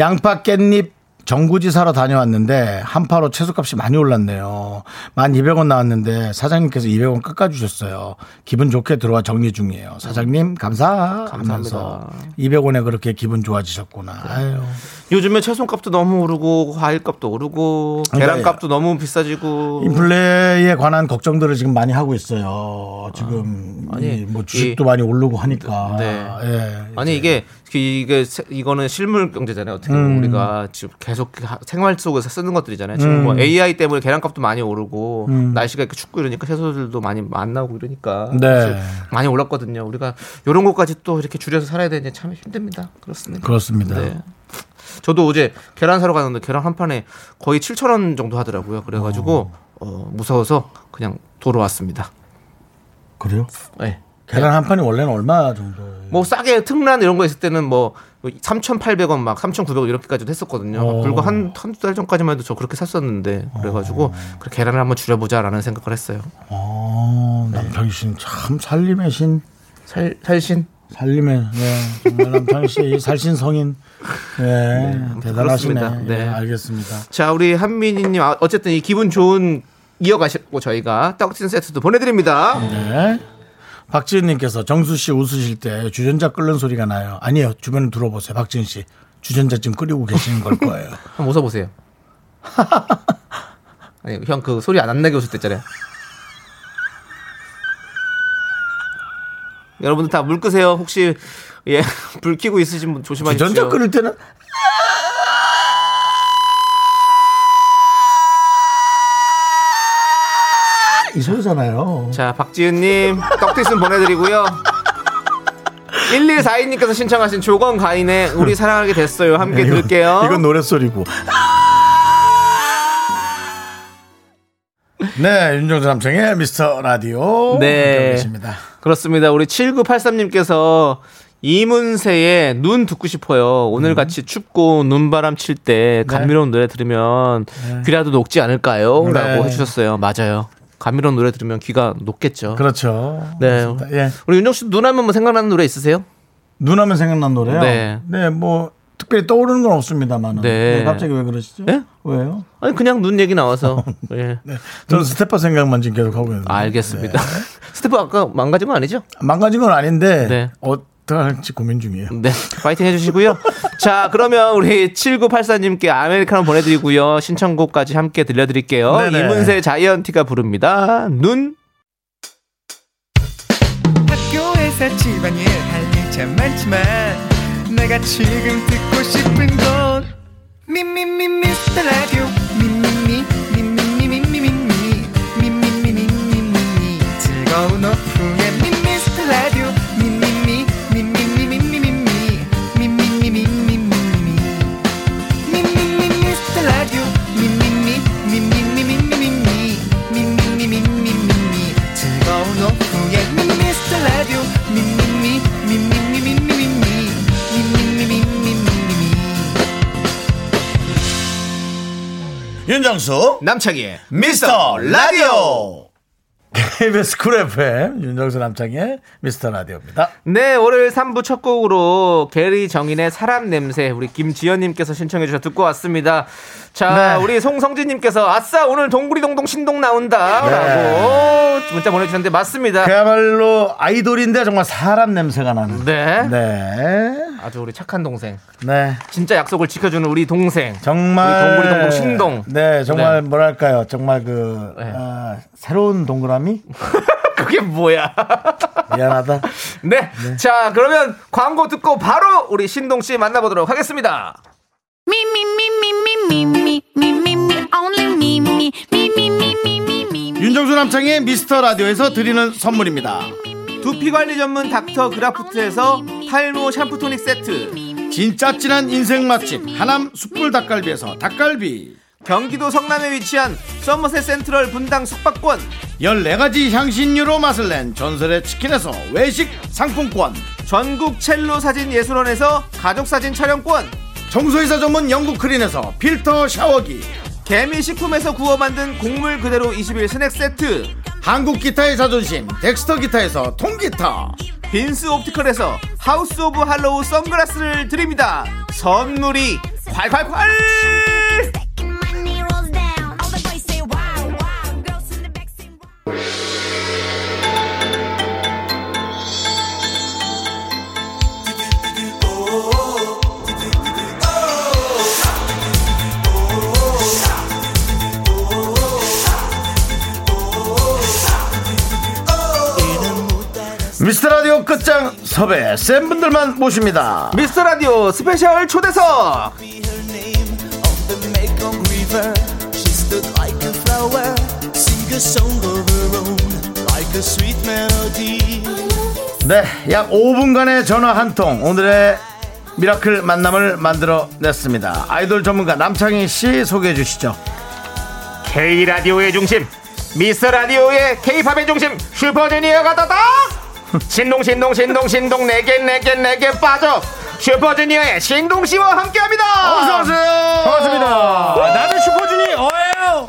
A: 양파 깻잎 정구지 사러 다녀왔는데 한파로 채소값이 많이 올랐네요. 1200원 나왔는데 사장님께서 200원 깎아주셨어요. 기분 좋게 들어와 정리 중이에요. 사장님 감사 하면서 200원에 그렇게 기분
B: 네.
A: 좋아지셨구나. 아유.
B: 요즘에 채소값도 너무 오르고 과일값도 오르고
A: 그러니까
B: 계란값도 너무 비싸지고
A: 인플레에 관한 걱정들을 지금 많이 하고 있어요. 지금
B: 아니,
A: 이 뭐 주식도
B: 이-
A: 많이 오르고 하니까.
B: 네.
A: 예.
B: 아니 이게 그 이게 세- 이거는 실물 경제잖아요. 어떻게 보면 우리가 지금 계속 하- 생활 속에서 쓰는 것들이잖아요. 지금 뭐 AI 때문에 계란값도 많이 오르고 날씨가 이렇게 춥고 이러니까 채소들도 많이 안 나오고 이러니까
A: 네.
B: 사실 많이 올랐거든요. 우리가 이런 것까지 또 이렇게 줄여서 살아야 되니 참 힘듭니다. 그렇습니다.
A: 그렇습니다.
B: 네. 저도 어제 계란 사러 갔는데 계란 한 판에 거의 7천 원 정도 하더라고요. 그래가지고 어, 무서워서 그냥 돌아왔습니다.
A: 그래요?
B: 네.
A: 계란 한 판이 원래는 얼마 정도?
B: 뭐 싸게 특란 이런 거 있을 때는 뭐 3,800원 막 3,900원 이렇게까지도 했었거든요.
A: 오.
B: 불과 한 한두 달 전까지만 해도 저 그렇게 샀었는데 그래가지고 그래 계란을 한번 줄여보자라는 생각을 했어요.
A: 어, 남편이 신참 살림의 신.
B: 살 살신
A: 살림의 네, 정말 남창희 씨이 살신 성인 네, 대단하시네.
B: 그렇습니다. 네.
A: 예, 알겠습니다.
B: 자 우리 한민희님 아, 어쨌든 이 기분 좋은 이어가시고 저희가 떡진 세트도 보내드립니다.
A: 네. 박지은님께서 정수 씨 웃으실 때 주전자 끓는 소리가 나요. 아니에요. 주변을 들어보세요. 박지은 씨 주전자 지금 끓이고 계시는 걸 거예요.
B: 한번 웃어보세요. *laughs* 아니 형 그 소리 안 나게 웃을 때 있잖아요. 여러분들 다 물 끄세요. 혹시 예불 *laughs* 켜고 있으신 분 조심하십시오.
A: 주전자 끓일 때는 이 소리잖아요.
B: 자, 박지은님,
A: *laughs*
B: 떡티순 보내드리고요. 1142님께서 신청하신 조건 가인의 우리 사랑하게 됐어요. 함께
A: 이건-
B: 들을게요.
A: 이건 노랫소리고. 네, 윤정수 남청의 미스터 라디오.
B: 네.
A: 함께하고 계십니다.
B: 그렇습니다. 우리 7983님께서 이문세의 눈 듣고 싶어요.
A: 음.
B: 오늘 같이 춥고 눈바람 칠
A: 네.
B: 때 감미로운 노래 들으면 귀라도 녹지 않을까요?
A: 네.
B: 라고 해주셨어요. 맞아요. 감미로운 노래 들으면 귀가 녹겠죠.
A: 그렇죠.
B: 네.
A: 맞습니다. 예.
B: 우리 윤정 씨 눈하면 뭐 생각나는 노래 있으세요?
A: 눈하면 생각난 노래요.
B: 네.
A: 네, 뭐 특별히 떠오르는 건 없습니다만.
B: 네.
A: 갑자기 왜 그러시죠?
B: 예?
A: 왜요?
B: 아니 그냥 눈
A: *laughs*
B: 얘기 나와서.
A: 네.
B: 예.
A: 저는 스테파 생각만 지금 계속 하고 있는데.
B: 알겠습니다.
A: 네.
B: *laughs* 스태프 아까 망가진 거 아니죠?
A: 망가진 건 아닌데
B: 네.
A: 어떻게 할지 고민 중이에요. *laughs*
B: 네, 파이팅 해주시고요. 자, 그러면 우리 7984님께 아메리카노 보내드리고요. 신청곡까지 함께 들려드릴게요.
A: 네네.
B: 이문세 자이언티가 부릅니다. 눈.
E: 학교에서 집안일 할 일 참 많지만 내가 지금 듣고 싶은 건 미미미 미스터 라디오 미미미 미미미 미미미 미미미 미미미 즐거운 오후에 미스터 라디오 미미미 미미미 미미미 미미미 미미미
F: 윤정수
B: 남창희의
F: 미스터 라디오
A: KBS 쿨 FM 윤정수 남창의 미스터 라디오입니다.
B: 네, 월요일 3부 첫 곡으로 게리 정인의 사람 냄새 우리 김지연님께서 신청해 주셔 듣고 왔습니다. 자,
A: 네.
B: 우리 송성진님께서 아싸 오늘 동구리 동동 신동 나온다라고 문자 보내주셨는데 맞습니다.
A: 그야말로 아이돌인데 정말 사람 냄새가 나는.
B: 네.
A: 네.
B: 아주 우리 착한 동생,
A: 네.
B: 진짜 약속을 지켜주는 우리 동생.
A: 정말
B: 우리 동구리 동동 신동.
A: 네, 정말
B: 네.
A: 뭐랄까요? 정말 그
B: 네.
A: 아, 새로운 동그라미?
B: 그게 뭐야?
A: 미안하다.
B: 네. 자, 그러면 광고 듣고 바로 우리 신동 씨 만나보도록 하겠습니다.
D: Me, me, me, me, me, me, me, me, me, me, only me, me, me, me, me, me, me, me, me.
F: 윤정수 남창의 미스터 라디오에서 드리는 선물입니다
B: 두피 관리 전문 닥터 그라프트에서 탈모 샴푸 토닉 세트.
F: 진짜 진한 인생 맛집 하남 숯불 닭갈비에서 닭갈비
B: 경기도 성남에 위치한 서머셋 센트럴 분당 숙박권.
F: 14가지 향신료로 맛을 낸 전설의 치킨에서 외식 상품권
B: 전국 첼로 사진 예술원에서 가족 사진 촬영권.
F: 청소이사 전문 영국 크린에서 필터 샤워기
B: 개미 식품에서 구워 만든 곡물 그대로 21 스낵 세트.
F: 한국 기타의 자존심 덱스터 기타에서 통기타
B: 빈스 옵티컬에서 하우스 오브 할로우 선글라스를 드립니다. 선물이 콸콸콸!
D: Second money rolls down. All the boys say wow, wow. Girls in the back say wow.
A: 미스터 라디오 끝장 섭외 센 분들만 모십니다.
B: 미스터 라디오 스페셜 초대석
A: 네, 약 5분간의 전화 한 통 오늘의 미라클 만남을 만들어 냈습니다. 아이돌 전문가 남창희 씨 소개해 주시죠.
B: K 라디오의 중심 미스터 라디오의 K팝의 중심 슈퍼주니어가 떠다 신동 신동 신동 신동 내게 내게 내게 빠져 슈퍼주니어의 신동 씨와 함께합니다. 어서 오세요.
A: 반갑습니다.
G: 아, 나는 슈퍼주니 어예요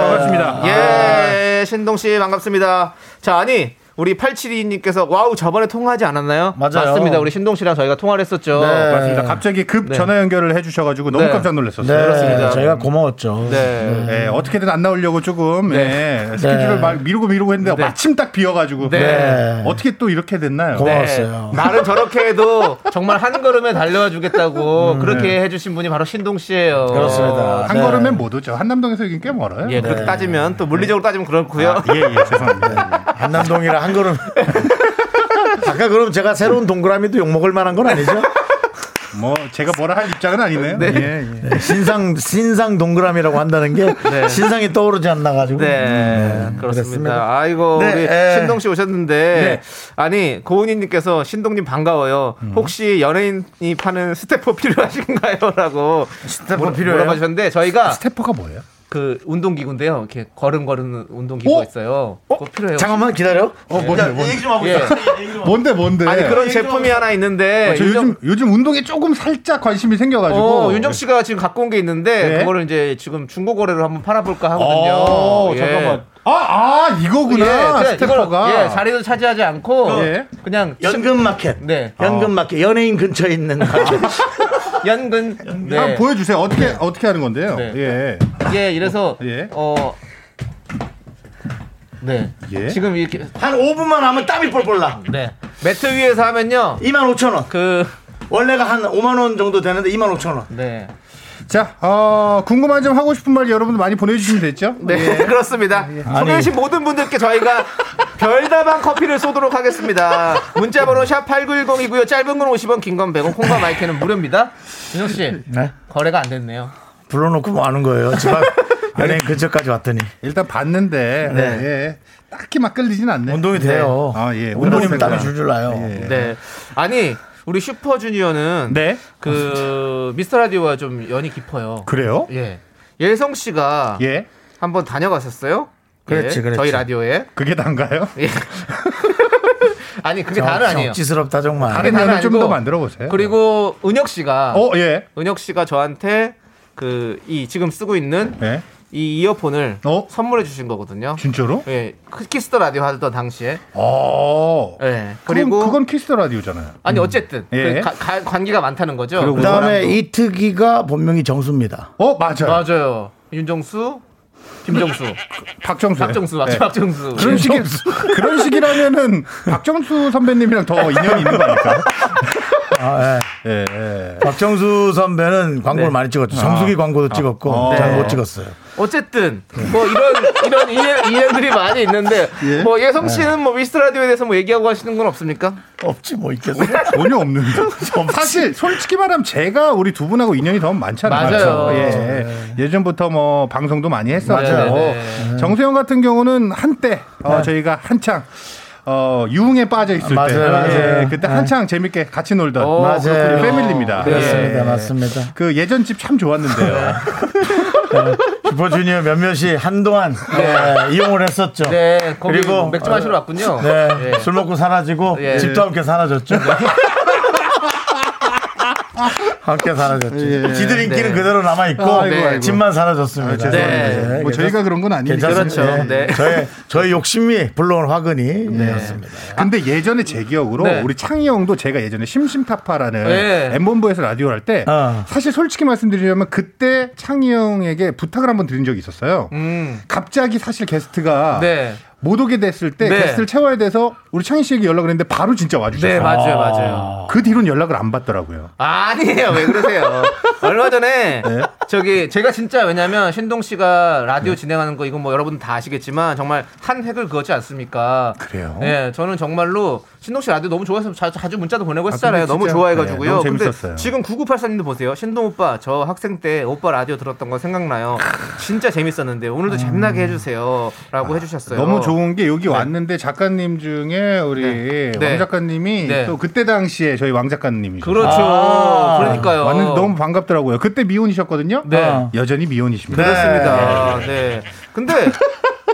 G: 반갑습니다. 아.
B: 예, 신동 씨 반갑습니다. 자, 아니 우리 872님께서 와우 저번에 통화하지 않았나요?
A: 맞아요.
B: 습니다 우리 신동 씨랑 저희가 통화를 했었죠.
A: 네.
H: 맞습니다. 갑자기 급
B: 네.
H: 전화 연결을 해주셔가지고 너무
B: 네.
H: 깜짝 놀랐었어요.
A: 네,
B: 그렇습니다.
A: 저희가 고마웠죠.
B: 네.
H: 예, 어떻게든 안 나오려고 조금 예, 스케줄을
A: 네.
H: 막 미루고 미루고 했는데
B: 네.
H: 마침 딱 비어가지고
A: 네.
H: 어떻게 또 이렇게 됐나요?
A: 고마워요.
B: 네,
A: 고마웠어요.
B: 나는 저렇게 해도 정말 한 걸음에 달려와 주겠다고 그렇게 해주신 분이 바로 신동 씨예요.
A: 음, 네. 그렇습니다.
H: 한
A: 네.
H: 걸음엔 못 오죠. 한남동에서 여긴 꽤 멀어요. 네.
B: 예, 그렇게 따지면 또 물리적으로 따지면 그렇고요. 네.
H: 아, 예, 예, 죄송합니다.
A: 한남동이라 한 걸음. *laughs* 아까 그럼 제가 새로운 동그라미도 욕먹을 만한 건 아니죠?
H: 뭐 제가 뭐라 할 입장은 아니네요. 예, 예.
A: 신상 신상 동그라미라고 한다는
B: *laughs*
A: 게 신상이 떠오르지 않나 가지고. 음,
B: 네,
A: 그렇습니다.
B: 그렇습니다. 아이고
A: 네,
B: 우리
A: 에.
B: 신동 씨 오셨는데 아니 고은희님께서 신동님 반가워요.
A: 음.
B: 혹시 연예인이 파는 스태프 필요하신가요?라고 *laughs*
A: 스태프 필요해요?
B: 물어봐주셨는데 저희가
H: 스태퍼가 뭐예요?
B: 그 운동기구인데요. 이렇게 걸음 걸음 운동기구가
H: 어?
B: 있어요.
A: 어?
B: 그거 필요해요.
A: 잠깐만 기다려.
H: 어 뭔데 뭔데
A: 좀 하고 네.
B: 예.
H: 뭔데 뭔데.
B: 아니 그런 제품이 하나 있는데
H: 어, 저 요즘 요즘 운동에 조금 살짝 관심이 생겨가지고.
B: 어, 윤정 씨가 지금 갖고 온 게 있는데
H: 네.
B: 그거를 이제 지금 중고 거래로 한번 팔아볼까 하거든요.
H: 어,
B: 예.
H: 잠깐만. 아, 아 이거구나
B: 예, 그냥
H: 스태퍼가.
B: 이걸, 예, 자리도 차지하지 않고
H: 예.
B: 그냥
A: 연금 마켓.
B: 네.
A: 연금 마켓. 연예인 근처에
B: *laughs*
A: 있는 마켓.
B: 연근 네.
H: 한번 보여주세요. 어떻게 어떻게 하는 건데요?
B: 네.
H: 예.
B: 예, 이래서
H: 예.
B: 어 네.
H: 예.
B: 지금 이렇게
A: 한 5분만 하면 땀이 뻘뻘 나.
B: 네. 매트 위에서 하면요.
A: 2만 5천 원.
B: 그
A: 원래가 한 5만 원 정도 되는데 2만 5천 원.
B: 네.
H: 자, 어, 궁금한 점 하고 싶은 말 여러분들 많이 보내주시면 됐죠? 예.
B: 네, *laughs*
A: 아,
B: 그렇습니다.
A: 예.
B: 소개해주신 모든 분들께
A: *laughs*
B: 저희가 별다방 커피를 쏘도록 하겠습니다. 문자번호 샵8910이고요. 짧은 건 50원, 긴 건 100원, 콩과 마이크는 무료입니다. 윤혁 씨,
A: 네?
B: 거래가 안 됐네요.
A: 불러놓고 뭐 하는 거예요? 집 *laughs* 앞 연예인 근처까지 왔더니.
H: 일단 봤는데
A: 네.
H: 예. 딱히 막 끌리진 않네.
A: 운동이 돼요.
H: 아, 예.
A: 운동이면
H: 운동이
A: 땀이
H: 되구나.
A: 줄줄 나요.
H: 예.
B: 네. 아니, 우리 슈퍼주니어는
H: 네.
A: 아,
B: 그 미스터 라디오와 좀 연이 깊어요.
H: 그래요?
B: 예. 예성 씨가
H: 예.
B: 한번 다녀갔었어요.
A: 그렇지,
B: 예,
A: 그렇지.
B: 저희 라디오에.
H: 그게 단가요?
B: 예. *laughs* 아니, 그게
A: 정-
B: 다는 아니에요.
A: 정치스럽다 네. 정말.
B: 그게 다는
H: 단가를 좀
B: 아니고
H: 더 만들어 보세요.
B: 그리고 은혁 씨가
H: 어, 예.
B: 은혁 씨가 저한테 그 이 지금 쓰고 있는
H: 예.
B: 이 이어폰을
H: 어?
B: 선물해 주신 거거든요.
H: 진짜로?
B: 예, 크- 키스 더 라디오 하던 당시에.
H: 어.
B: 예.
H: 그리고
B: 그리고
H: 그건 키스 더 라디오잖아요.
B: 아니 어쨌든
H: 예.
B: 그 가- 가- 관계가 많다는 거죠.
A: 그 다음에 이특이가 본명이 정수입니다.
H: 어, 맞아요.
B: 맞아요. 윤정수, 김정수,
H: 박정수.
B: 박정수, 맞죠?
H: 예.
B: 박정수.
H: 그런 식이 *laughs* 그런 식이라면은 박정수 선배님이랑 더 인연이 있는 거 아닐까요?
A: 아,
H: 예. 예.
A: 박정수 선배는 광고를
B: 네.
A: 많이 찍었죠. 정수기 광고도 찍었고
H: 어.
A: 잘
H: 네.
A: 못 찍었어요.
B: 어쨌든 뭐 이런 이런 이해, 이해들이 많이 있는데
H: 예?
B: 뭐 예성 씨는 뭐 미스터 라디오에 대해서 뭐 얘기하고 하시는 건 없습니까?
A: 없지 뭐 있겠어요.
H: 전혀 없는데. 사실 솔직히 말하면 제가 우리 두 분하고 인연이 더 많잖아요.
B: 맞아요.
A: 네.
H: 예. 예전부터 뭐 방송도 많이
B: 맞아요.
H: 했었고 음.
B: 네.
H: 정세영 같은 경우는 한때 어, 저희가 한창 어, 유흥에 빠져 있을
A: 아,
H: 때
A: 네. 맞아요, 맞아요.
H: 예, 그때 한창 재밌게 같이 놀던
B: 어,
A: 맞아요.
H: 우리 패밀리입니다. 예.
A: 그렇습니다. 네. 맞습니다.
H: 그 예전 집 참 좋았는데요.
A: 슈퍼주니어 몇몇이 한동안 예, 이용을 했었죠.
B: 네, 거기
A: 그리고-
B: 맥주 마시러 왔군요.
A: 네,
B: 예.
A: 술 먹고 사라지고
B: 예.
A: 집도 함께 사라졌죠. *laughs* 함께 사라졌죠. 지들 인기는
B: 네.
A: 그대로 남아 있고
H: 아이고, 아이고.
A: 집만 사라졌습니다.
B: 죄송합니다. 네.
H: 뭐 저희가 그런 건 예. 아니니까.
A: 괜찮습니다.
B: 그렇죠.
A: 네.
B: 네.
A: 저의 저의 욕심이 불러온 화근이 되었습니다.
H: 근데 예전에 제 기억으로
B: 네.
H: 우리 창희 형도 제가 예전에
B: 네.
H: 심심타파라는 엠본부에서 라디오를 할 때
A: 어.
H: 사실 솔직히 말씀드리자면 그때 창희 형에게 부탁을 한번 드린 적이 있었어요.
B: 음.
H: 갑자기 사실 게스트가
B: 네.
H: 못 오게 됐을 때
B: 네.
H: 게스트를 채워야 돼서 우리 창희 씨에게 연락을 했는데 바로 진짜 와주셨어요.
B: 네, 맞아요, 맞아요.
H: 그 뒤로는 연락을 안 받더라고요. 네?
B: 아니에요, 왜 그러세요? *laughs* 얼마 전에 저기 제가 진짜 왜냐면 신동 씨가 라디오 진행하는 거 이건 뭐 여러분 다 아시겠지만 정말 한 획을 그었지 않습니까?
H: 그래요?
B: 네, 저는 정말로 신동 씨 라디오 너무 좋아해서 자, 주 문자도 보내고
H: 근데
B: 했잖아요. 너무
H: 진짜,
B: 좋아해가지고요.
H: 네, 너무
B: 근데
H: 재밌었어요.
B: 지금 9984님도 보세요. 신동 오빠 저 학생 때 오빠 라디오 들었던 거 생각나요. 진짜 재밌었는데 오늘도 재미나게 해주세요라고 해주셨어요.
H: 음. 아, 너무 좋은 게 여기 왔는데 작가님 중에 우리
B: 네.
H: 왕 작가님이
B: 네.
H: 또 그때 당시에 저희 왕 작가님이죠.
B: 그렇죠. 그러니까요.
H: 왔는데 아, 너무 반갑더라고요. 그때 미혼이셨거든요.
B: 네.
H: 어. 여전히 미혼이십니다.
B: 그렇습니다.
H: 예.
B: 네. 근데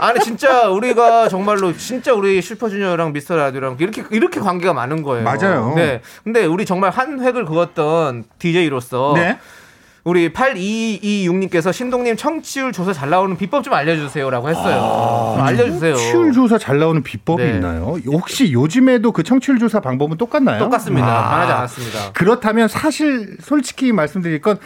B: 아니 진짜 우리가 정말로 진짜 우리 슈퍼주니어랑 미스터 라디오랑 이렇게 이렇게 관계가 많은 거예요.
H: 맞아요.
B: 네. 근데 우리 정말 한 획을 그었던 DJ로서
H: 네.
B: 우리 8226님께서 신동님 청취율 조사 잘 나오는 비법 좀 알려주세요라고 했어요. 좀 아, 알려주세요.
H: 아, 청취율 조사 잘 나오는 비법이
B: 네.
H: 있나요? 혹시 요즘에도 그 청취율 조사 방법은 똑같나요?
B: 똑같습니다.
H: 아.
B: 변하지 않았습니다.
H: 그렇다면 사실 솔직히 말씀드릴 건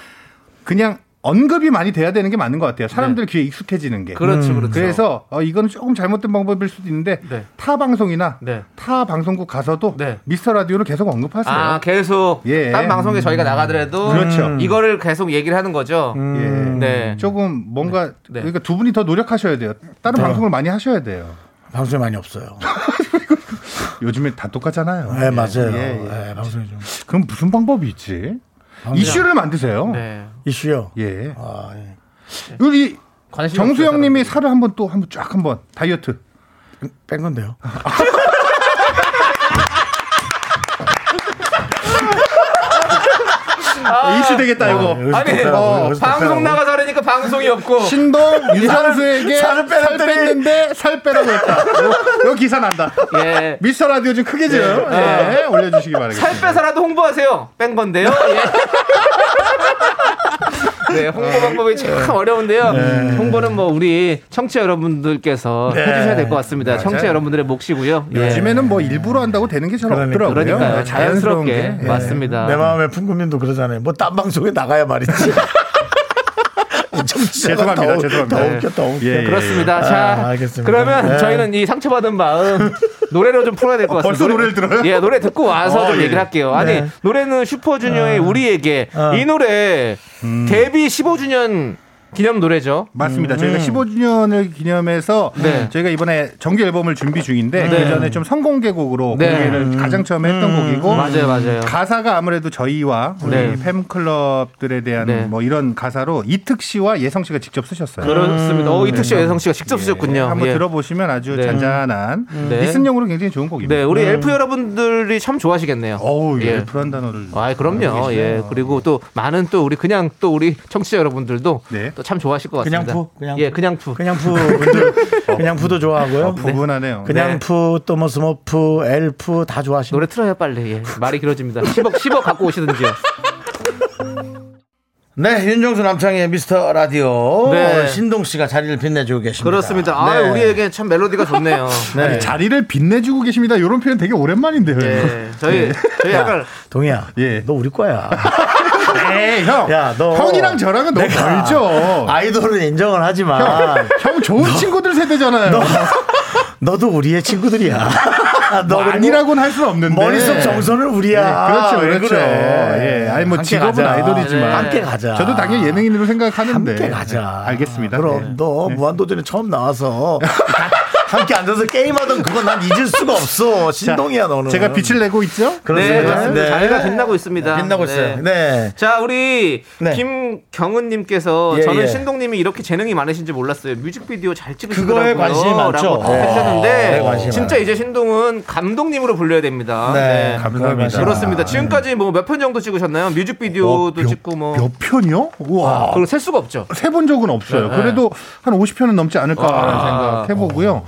H: 그냥 언급이 많이 돼야 되는 게 맞는 것 같아요. 사람들 귀에 익숙해지는 게.
B: 네. 그렇죠, 그렇죠.
H: 그래서 어, 이거는 조금 잘못된 방법일 수도 있는데
B: 네.
H: 타 방송이나
B: 네.
H: 타 방송국 가서도
B: 네.
H: 미스터 라디오를 계속 언급하세요.
B: 아 계속
H: 예.
B: 딴 방송에 저희가 나가더라도
H: 그렇죠.
B: 이거를 계속 얘기를 하는 거죠.
A: 음.
H: 예.
B: 네.
H: 조금 뭔가
B: 네.
H: 그러니까 두 분이 더 노력하셔야 돼요.
A: 네.
H: 다른 방송을 많이 하셔야 돼요.
A: 방송이 많이 없어요.
H: 요즘에 다 똑같잖아요.
A: 네, 맞아요.
H: 예, 예.
A: 네, 방송이 좀
H: 그럼 무슨 방법이 있지? 이슈를 만드세요.
B: 네.
A: 이슈요.
H: 예.
A: 아, 예.
H: 우리
B: 관심이 없어요,
H: 정수영님이 살을 한번 또 한번 쫙 한번 다이어트.
A: 뺀 건데요.
B: 그렇죠.
H: 아, 이슈 되겠다 이거.
B: 아. 아니 어, 방송 나가서 하려니까 *laughs* 방송이 없고
H: *laughs* 신동 유산수에게
A: 살을
H: 살
A: 빼라더니-
H: 뺐는데 살 빼라고 했다. 이거 기사 난다.
B: 예. 네. 아.
H: 미스터 라디오 좀 크게 좀 예, 올려주시기 바라겠습니다.
B: 살 빼서라도 홍보하세요. 뺀 건데요. 예. 네, 홍보 방법이 참 어려운데요. 홍보는 뭐 우리 청취자 여러분들께서 해주셔야 될 것 같습니다. 청취자 여러분들의 네. 몫이고요. 예.
H: 요즘에는 뭐 일부러 한다고 되는 게 잘
A: 그러니까.
H: 없더라고요. 네,
B: 그러니까요.
H: 자연스러운
B: 자연스럽게 네,
H: 게. 예.
B: 맞습니다.
A: 내 마음에 풍금님도 그러잖아요. 뭐 딴 방송에 나가야 말이지. 죄송합니다.
H: 죄송합니다.
A: 더,
H: 죄송합니다.
A: 더 웃겨, 더 웃겨.
H: 예, 예.
B: 그렇습니다.
A: 아,
B: 자,
A: 알겠습니다.
B: 그러면
A: 예.
B: 저희는 이 상처받은 마음 노래로 좀 풀어야 될 것
H: 어,
B: 같습니다.
H: 벌써 노래를 들어요?
B: 예, 노래 듣고 와서
H: 어,
B: 좀
H: 예. 아.
B: 얘기를 할게요. 아니,
A: 네.
B: 노래는 슈퍼주니어의 우리에게
A: 어.
B: 이 노래
H: 음.
B: 데뷔 15주년 기념 노래죠.
H: 맞습니다. 저희가 15주년을 기념해서
B: 네.
H: 저희가 이번에 정규 앨범을 준비 중인데
B: 네.
H: 그 전에 좀 선공개곡으로
B: 네.
H: 공개를 가장 처음에 했던 곡이고
B: 맞아요, 맞아요.
H: 가사가 아무래도 저희와 우리
B: 네.
H: 팬클럽들에 대한
B: 네.
H: 뭐 이런 가사로 이특 씨와 예성 씨가 직접 쓰셨어요.
B: 그렇습니다. 어, 이특 씨와 예성 씨가 직접 쓰셨군요.
H: 음. 한번
B: 예.
H: 들어보시면 아주
B: 네.
H: 잔잔한
B: 네.
H: 리슨용으로 굉장히 좋은 곡입니다.
B: 네, 우리 엘프 여러분들이 참 좋아하시겠네요.
H: 음. 어우,
B: 예.
H: 예. 불안 단어를.
B: 아,
H: 알고
B: 그럼요. 예.
H: 계시네요.
B: 그리고 또 많은 또 우리 그냥 또 우리 청취자 여러분들도
H: 네.
B: 또 참 좋아하실 것
A: 그냥
B: 같습니다.
A: 푸, 그냥
B: 예, 그냥 푸.
A: 그냥 푸 분들 그냥 푸도 좋아하고요.
H: 어, 부분하네요.
A: 그냥
B: 네.
A: 푸, 또 뭐 스모프, 엘프 다 좋아하시는
B: 노래 틀어요 빨리 예. 말이 길어집니다 10억 10억 갖고 오시든지요
A: 네, 윤정수 남창의 미스터 라디오.
B: 네.
A: 오늘 신동 씨가 자리를 빛내주고 계십니다.
B: *laughs* 그렇습니다 아
A: 네.
B: 우리에게 참 멜로디가 좋네요
A: 네.
H: 아니, 자리를 빛내주고 계십니다. 이런 표현 되게 오랜만인데요.
B: 예, 저희 저희 약간
A: 동희야,
H: 예.
A: 너 우리 거야.
H: 에이, 형.
A: 야, 너
H: 형이랑 저랑은 너무
A: 내가
H: 다르죠.
A: 아이돌은 인정을 하지만
H: *laughs* 형 좋은 친구들 세대잖아요.
A: 너도 우리의 친구들이야. *laughs* 너
H: 뭐
A: 그리고
H: 아니라고는 할 수는 없는데.
A: 머릿속 정서는 우리야.
H: 예, 네. 그렇죠,
A: 왜
H: 그렇죠.
A: 그래?
H: 예, 아니 뭐
A: 함께
H: 직업은
A: 가자.
H: 아이돌이지만
A: 네. 함께 가자.
H: 저도 당연히 예능인으로 생각하는데.
A: 함께 가자.
H: 네, 알겠습니다.
A: 그럼
H: 네.
A: 너 무한도전에 처음 나와서 *laughs* 함께 앉아서 게임하던 그거 난 잊을 수가 없어. 신동이야 너는.
H: 제가 빛을 내고 있죠?
B: 네
A: 그렇습니다.
B: 맞습니다
A: 네.
B: 자리가 빛나고 있습니다
A: 빛나고
B: 네.
A: 있어요. 네.
B: 자 우리
A: 네.
B: 김경은님께서
A: 예,
B: 저는
A: 예.
B: 신동님이 이렇게 재능이 많으신 줄 몰랐어요. 뮤직비디오 잘
A: 그거에
B: 찍으시더라고요.
A: 관심이 많죠.
B: 라고
A: 네.
B: 하셨는데
A: 네, 관심이
B: 진짜
A: 많아요.
B: 이제 신동은 감독님으로 불려야
H: 아,
B: 됩니다.
A: 네, 감사합니다.
B: 그렇습니다. 지금까지 뭐 몇 편 정도 찍으셨나요? 뮤직비디오도
H: 어, 몇-
B: 찍고 뭐 아,
H: 몇 아. 편이요? 우와.
B: 그걸 셀 수가 없죠.
H: 세 본 적은 없어요.
B: 네. 아,
H: 그래도 한 50편은 넘지 않을까라는
B: 와. 어,
H: 생각해보고요.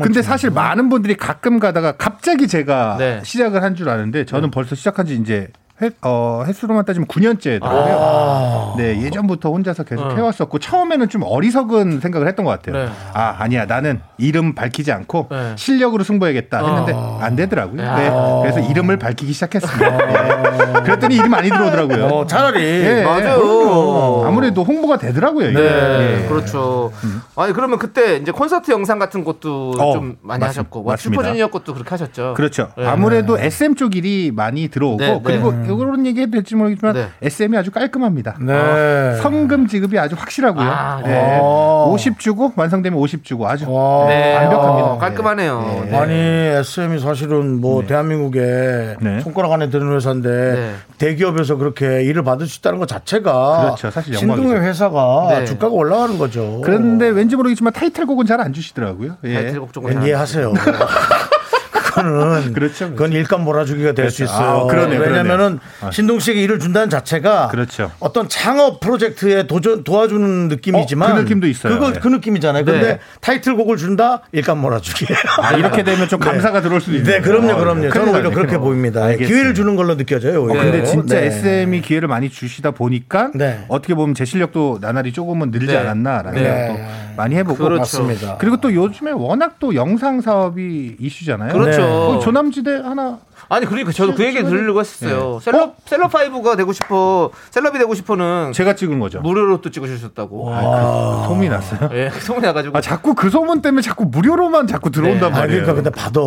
H: 근데 사실 많은 분들이 가끔 가다가 갑자기 제가
B: 네.
H: 시작을 한 줄 아는데 저는 벌써 시작한 지 이제 횟, 어, 횟수로만 따지면 9년째더라고요. 네, 예전부터 혼자서 계속
B: 아. 어.
H: 해왔었고 처음에는 좀 어리석은 생각을 했던 것 같아요.
B: 네.
H: 아, 아니야. 나는 이름 밝히지 않고
B: 네. 어. 아.
H: 실력으로 승부해야겠다 했는데 안 되더라고요. 네, 그래서 이름을 밝히기
B: 어.
H: 시작했습니다. 네. 그랬더니 이름이 많이 들어오더라고요.
A: 어, 차라리
H: 예,
B: 맞아요.
H: 그럼요. 아무래도 홍보가 되더라고요. 이게.
B: 네,
H: 예.
B: 그렇죠. 아니 그러면 그때 이제 콘서트 영상 같은 것도
H: 어,
B: 좀 많이
H: 맞습-
B: 하셨고 와,
H: 맞습니다.
B: 슈퍼주니어 것도 그렇게 하셨죠.
H: 그렇죠.
B: 네.
H: 아무래도 SM 쪽 일이 많이 들어오고
B: 네, 네.
H: 그리고 이런 얘기 해도 될지 모르겠지만
B: 네.
H: SM이 아주 깔끔합니다. 어,
A: 네.
H: 성금 지급이 아주 확실하고요.
B: 아,
H: 네.
A: 네.
H: 50 주고 완성되면 50 주고 아주
A: 와.
B: 네,
H: 완벽합니다.
B: 어, 깔끔하네요. 네.
A: 아니 SM이 사실은 뭐 대한민국에
H: 네.
A: 손가락 안에 드는 회사인데
B: 네.
A: 대기업에서 그렇게 일을 받을 수 있다는 것 자체가
H: 그렇죠. 사실
A: 신동의
H: 영광이죠.
A: 회사가
B: 네.
A: 주가가 올라가는 거죠.
H: 예. 그런데 왠지 모르겠지만 타이틀곡은 잘 안 주시더라고요. 예.
B: 타이틀곡 쪽은
A: 왠지
H: *laughs*
A: 이해하세요. 그거는
H: 그렇죠,
A: 그건 일감 몰아주기가 될 수
H: 그렇죠.
A: 있어요.
H: 아, 그러네요,
A: 왜냐면은
H: 그러네요.
A: 신동 씨에게 일을 준다는 자체가
H: 그렇죠.
A: 어떤 창업 프로젝트에 도전 도와주는 느낌이지만
H: 어, 그 느낌도 있어요.
A: 그거
H: 네.
A: 그 느낌이잖아요.
B: 네.
A: 근데 타이틀곡을 준다 일감
H: *laughs*
A: 몰아주기.
H: 아, 이렇게 되면 좀 감사가 들어올 수도 있네요.
A: 네, 그럼요, 그럼요.
H: 아, 큰일
A: 저는 오히려
H: 나네,
A: 그렇게
H: 큰일
A: 보입니다.
H: 알겠습니다. 어,
A: 기회를 주는 걸로 느껴져요. 오히려.
H: 근데 진짜
A: 네.
H: SM이 기회를 많이 주시다 보니까
A: 네.
H: 어떻게 보면 제 실력도 나날이 조금은 늘지
B: 네.
H: 않았나라는
B: 네.
H: 생각도 많이 해보고
B: 그렇죠.
A: 맞습니다.
H: 그리고 또 요즘에 워낙 또 영상 사업이 이슈잖아요.
B: 그렇죠.
H: 거기 조남지대 하나
B: 아니 그러니까 저도 그 얘기 들으려고 했어요. 셀럽 셀럽 파이브가 되고 싶어, 셀럽이 되고 싶어는
H: 제가 찍은 거죠.
A: 뭐,
B: 무료로 또 찍으셨다고.
H: 아, 그 소문이 났어요.
B: 예, *laughs* 소문 나가지고.
H: 아 자꾸 그 소문 때문에 자꾸 무료로만 자꾸 들어온단
A: 아,
H: 말이에요.
A: 그러니까 근데 받아.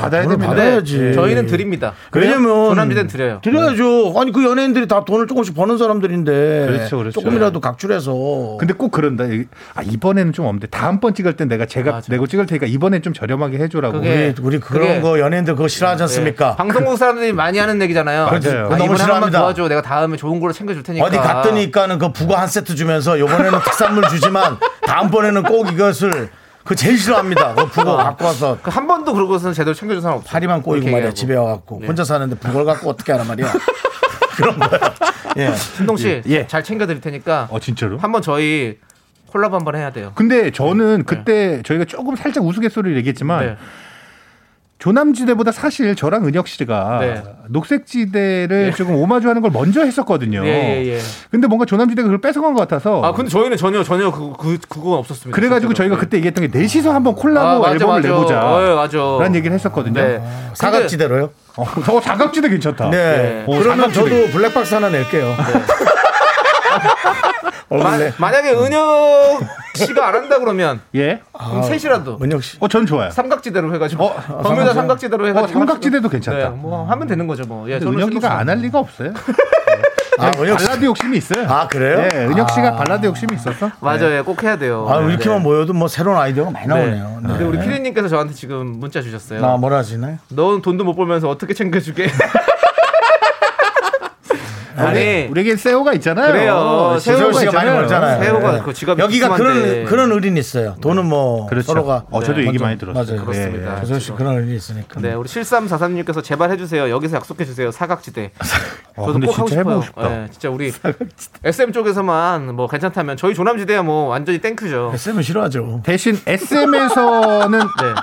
H: 받아야
A: 돈을
H: 됩니다.
A: 받아야지.
B: 저희는 드립니다.
A: 왜냐면 네.
B: 조남지대는 드려요.
A: 드려야죠. 아니 그 연예인들이 다 돈을 조금씩 버는 사람들인데
H: 그렇죠, 그렇죠.
A: 조금이라도 각출해서
H: 근데 꼭 그런다. 아 이번에는 좀 없는데 다음번 찍을 땐 내가 제가
B: 맞아.
H: 내고 찍을 테니까 이번엔 좀 저렴하게 해주라고.
B: 그게-
A: 네, 우리, 우리 그런
B: 그게-
A: 거 연예인들 그거 싫어하지
B: 예.
A: 않습니까?
B: 방송국 사람들이 많이 하는 얘기잖아요.
H: 맞아요.
B: 아,
A: 너무
B: 이번에 한번
A: 싫어합니다.
B: 도와줘. 내가 다음에 좋은 걸로 챙겨줄 테니까.
A: 어디 갔더니까는 그 북어 한 세트 주면서 요번에는 특산물 주지만 다음번에는 꼭 이것을 그 제일 싫어합니다. 그 북어 갖고 와서
B: 그한 번도 그러고서는 제대로 챙겨준 사람 없어.
A: 파리만 꼬이고 말이야 집에 와갖고 혼자 사는데 북어를 갖고 어떻게 하란 말이야. 그런 거예요. 예.
B: 신동 씨,
A: 예.
B: 잘 챙겨드릴 테니까
H: 어 진짜로?
B: 한번 저희 콜라보 한번 해야 돼요.
H: 근데 저는 그때 저희가 조금 살짝 우스갯소리를 얘기했지만
B: 네.
H: 조남지대보다 사실 저랑 은혁 씨가
B: 네.
H: 녹색지대를 조금 오마주하는 걸 먼저 했었거든요.
B: 예, 예, 예.
H: 근데 뭔가 조남지대가 그걸 뺏어간 것 같아서
B: 아, 근데 저희는 전혀 전혀 그, 그 그건 없었습니다.
H: 그래가지고 저희가 그때 얘기했던 게 넷이서 한번 콜라보 앨범을
B: 어,
H: 내보자.
B: 아. 맞아.
H: 라는 얘기를 했었거든요.
B: 네. 근데
A: 사각지대로요?
H: 어, 저 사각지대 괜찮다.
A: 네.
H: 어, 오,
A: 그러면
H: 사각지대.
A: 저도 블랙박스 하나 낼게요.
H: 어,
B: 마,
A: 얼굴 내.
B: 만약에
H: 음.
B: 은혁 씨가 안 한다 그러면
H: 예.
B: 그럼 셋이라도
A: 은혁 씨.
H: 어, 전 좋아요.
B: 삼각지대로 해가지고
H: 어,
B: 범유다 삼각지대로 해가지고
H: 어, 삼각지대도 괜찮다.
B: 네, 뭐 하면 되는 거죠 뭐. 예, 저는
H: 은혁이가 안 할 리가 없어요.
A: 아, 은혁 씨.
H: 발라드 욕심이 있어요.
A: 아, 그래요?
H: 예, 은혁 씨가 발라드 욕심이 있었어?
B: 맞아요, 예, 꼭 해야 돼요.
A: 아,
B: 네,
A: 이렇게만
B: 네.
A: 모여도 뭐 새로운 아이디어가 많이 나오네요.
B: 근데
A: 네.
B: 우리 피디님께서 저한테 지금 문자
H: 아,
B: 주셨어요.
A: 나 뭐라 하시나요?
B: 넌 돈도 못 벌면서 어떻게
H: *laughs*
B: 챙겨주게?
H: 네.
B: 아니
H: 우리에게 새우가 있잖아요.
B: 네.
H: 어,
B: 그래요.
A: 세호
B: 새우가
A: 씨가 많이
B: 있잖아요.
A: 벌잖아요.
H: 네.
B: 새우가
A: 예.
B: 그 지갑이 네.
A: 여기가
B: 두툼한데.
A: 그런 그런 의린 있어요. 돈은 뭐
H: 그렇죠.
A: 서로가
H: 어, 저도
A: 네,
H: 얘기
A: 먼저-
H: 많이 들었어요.
A: 맞아요.
B: 그렇습니다.
A: 조세호 씨 그런 의리 있으니까.
B: 네, 우리 7343님께서 제발 해주세요. 여기서 약속해주세요. 사각지대. 저도
H: 아, 근데
B: 꼭 하고
H: 진짜
B: 싶어요.
H: 해보고 싶다.
B: 예, 진짜 우리 SM 쪽에서만 뭐 괜찮다면 저희 조남지대야 뭐 완전히
H: *laughs*
B: 땡큐죠.
A: 쓰면 싫어하죠.
H: 대신 SM에서는
B: *laughs* 네.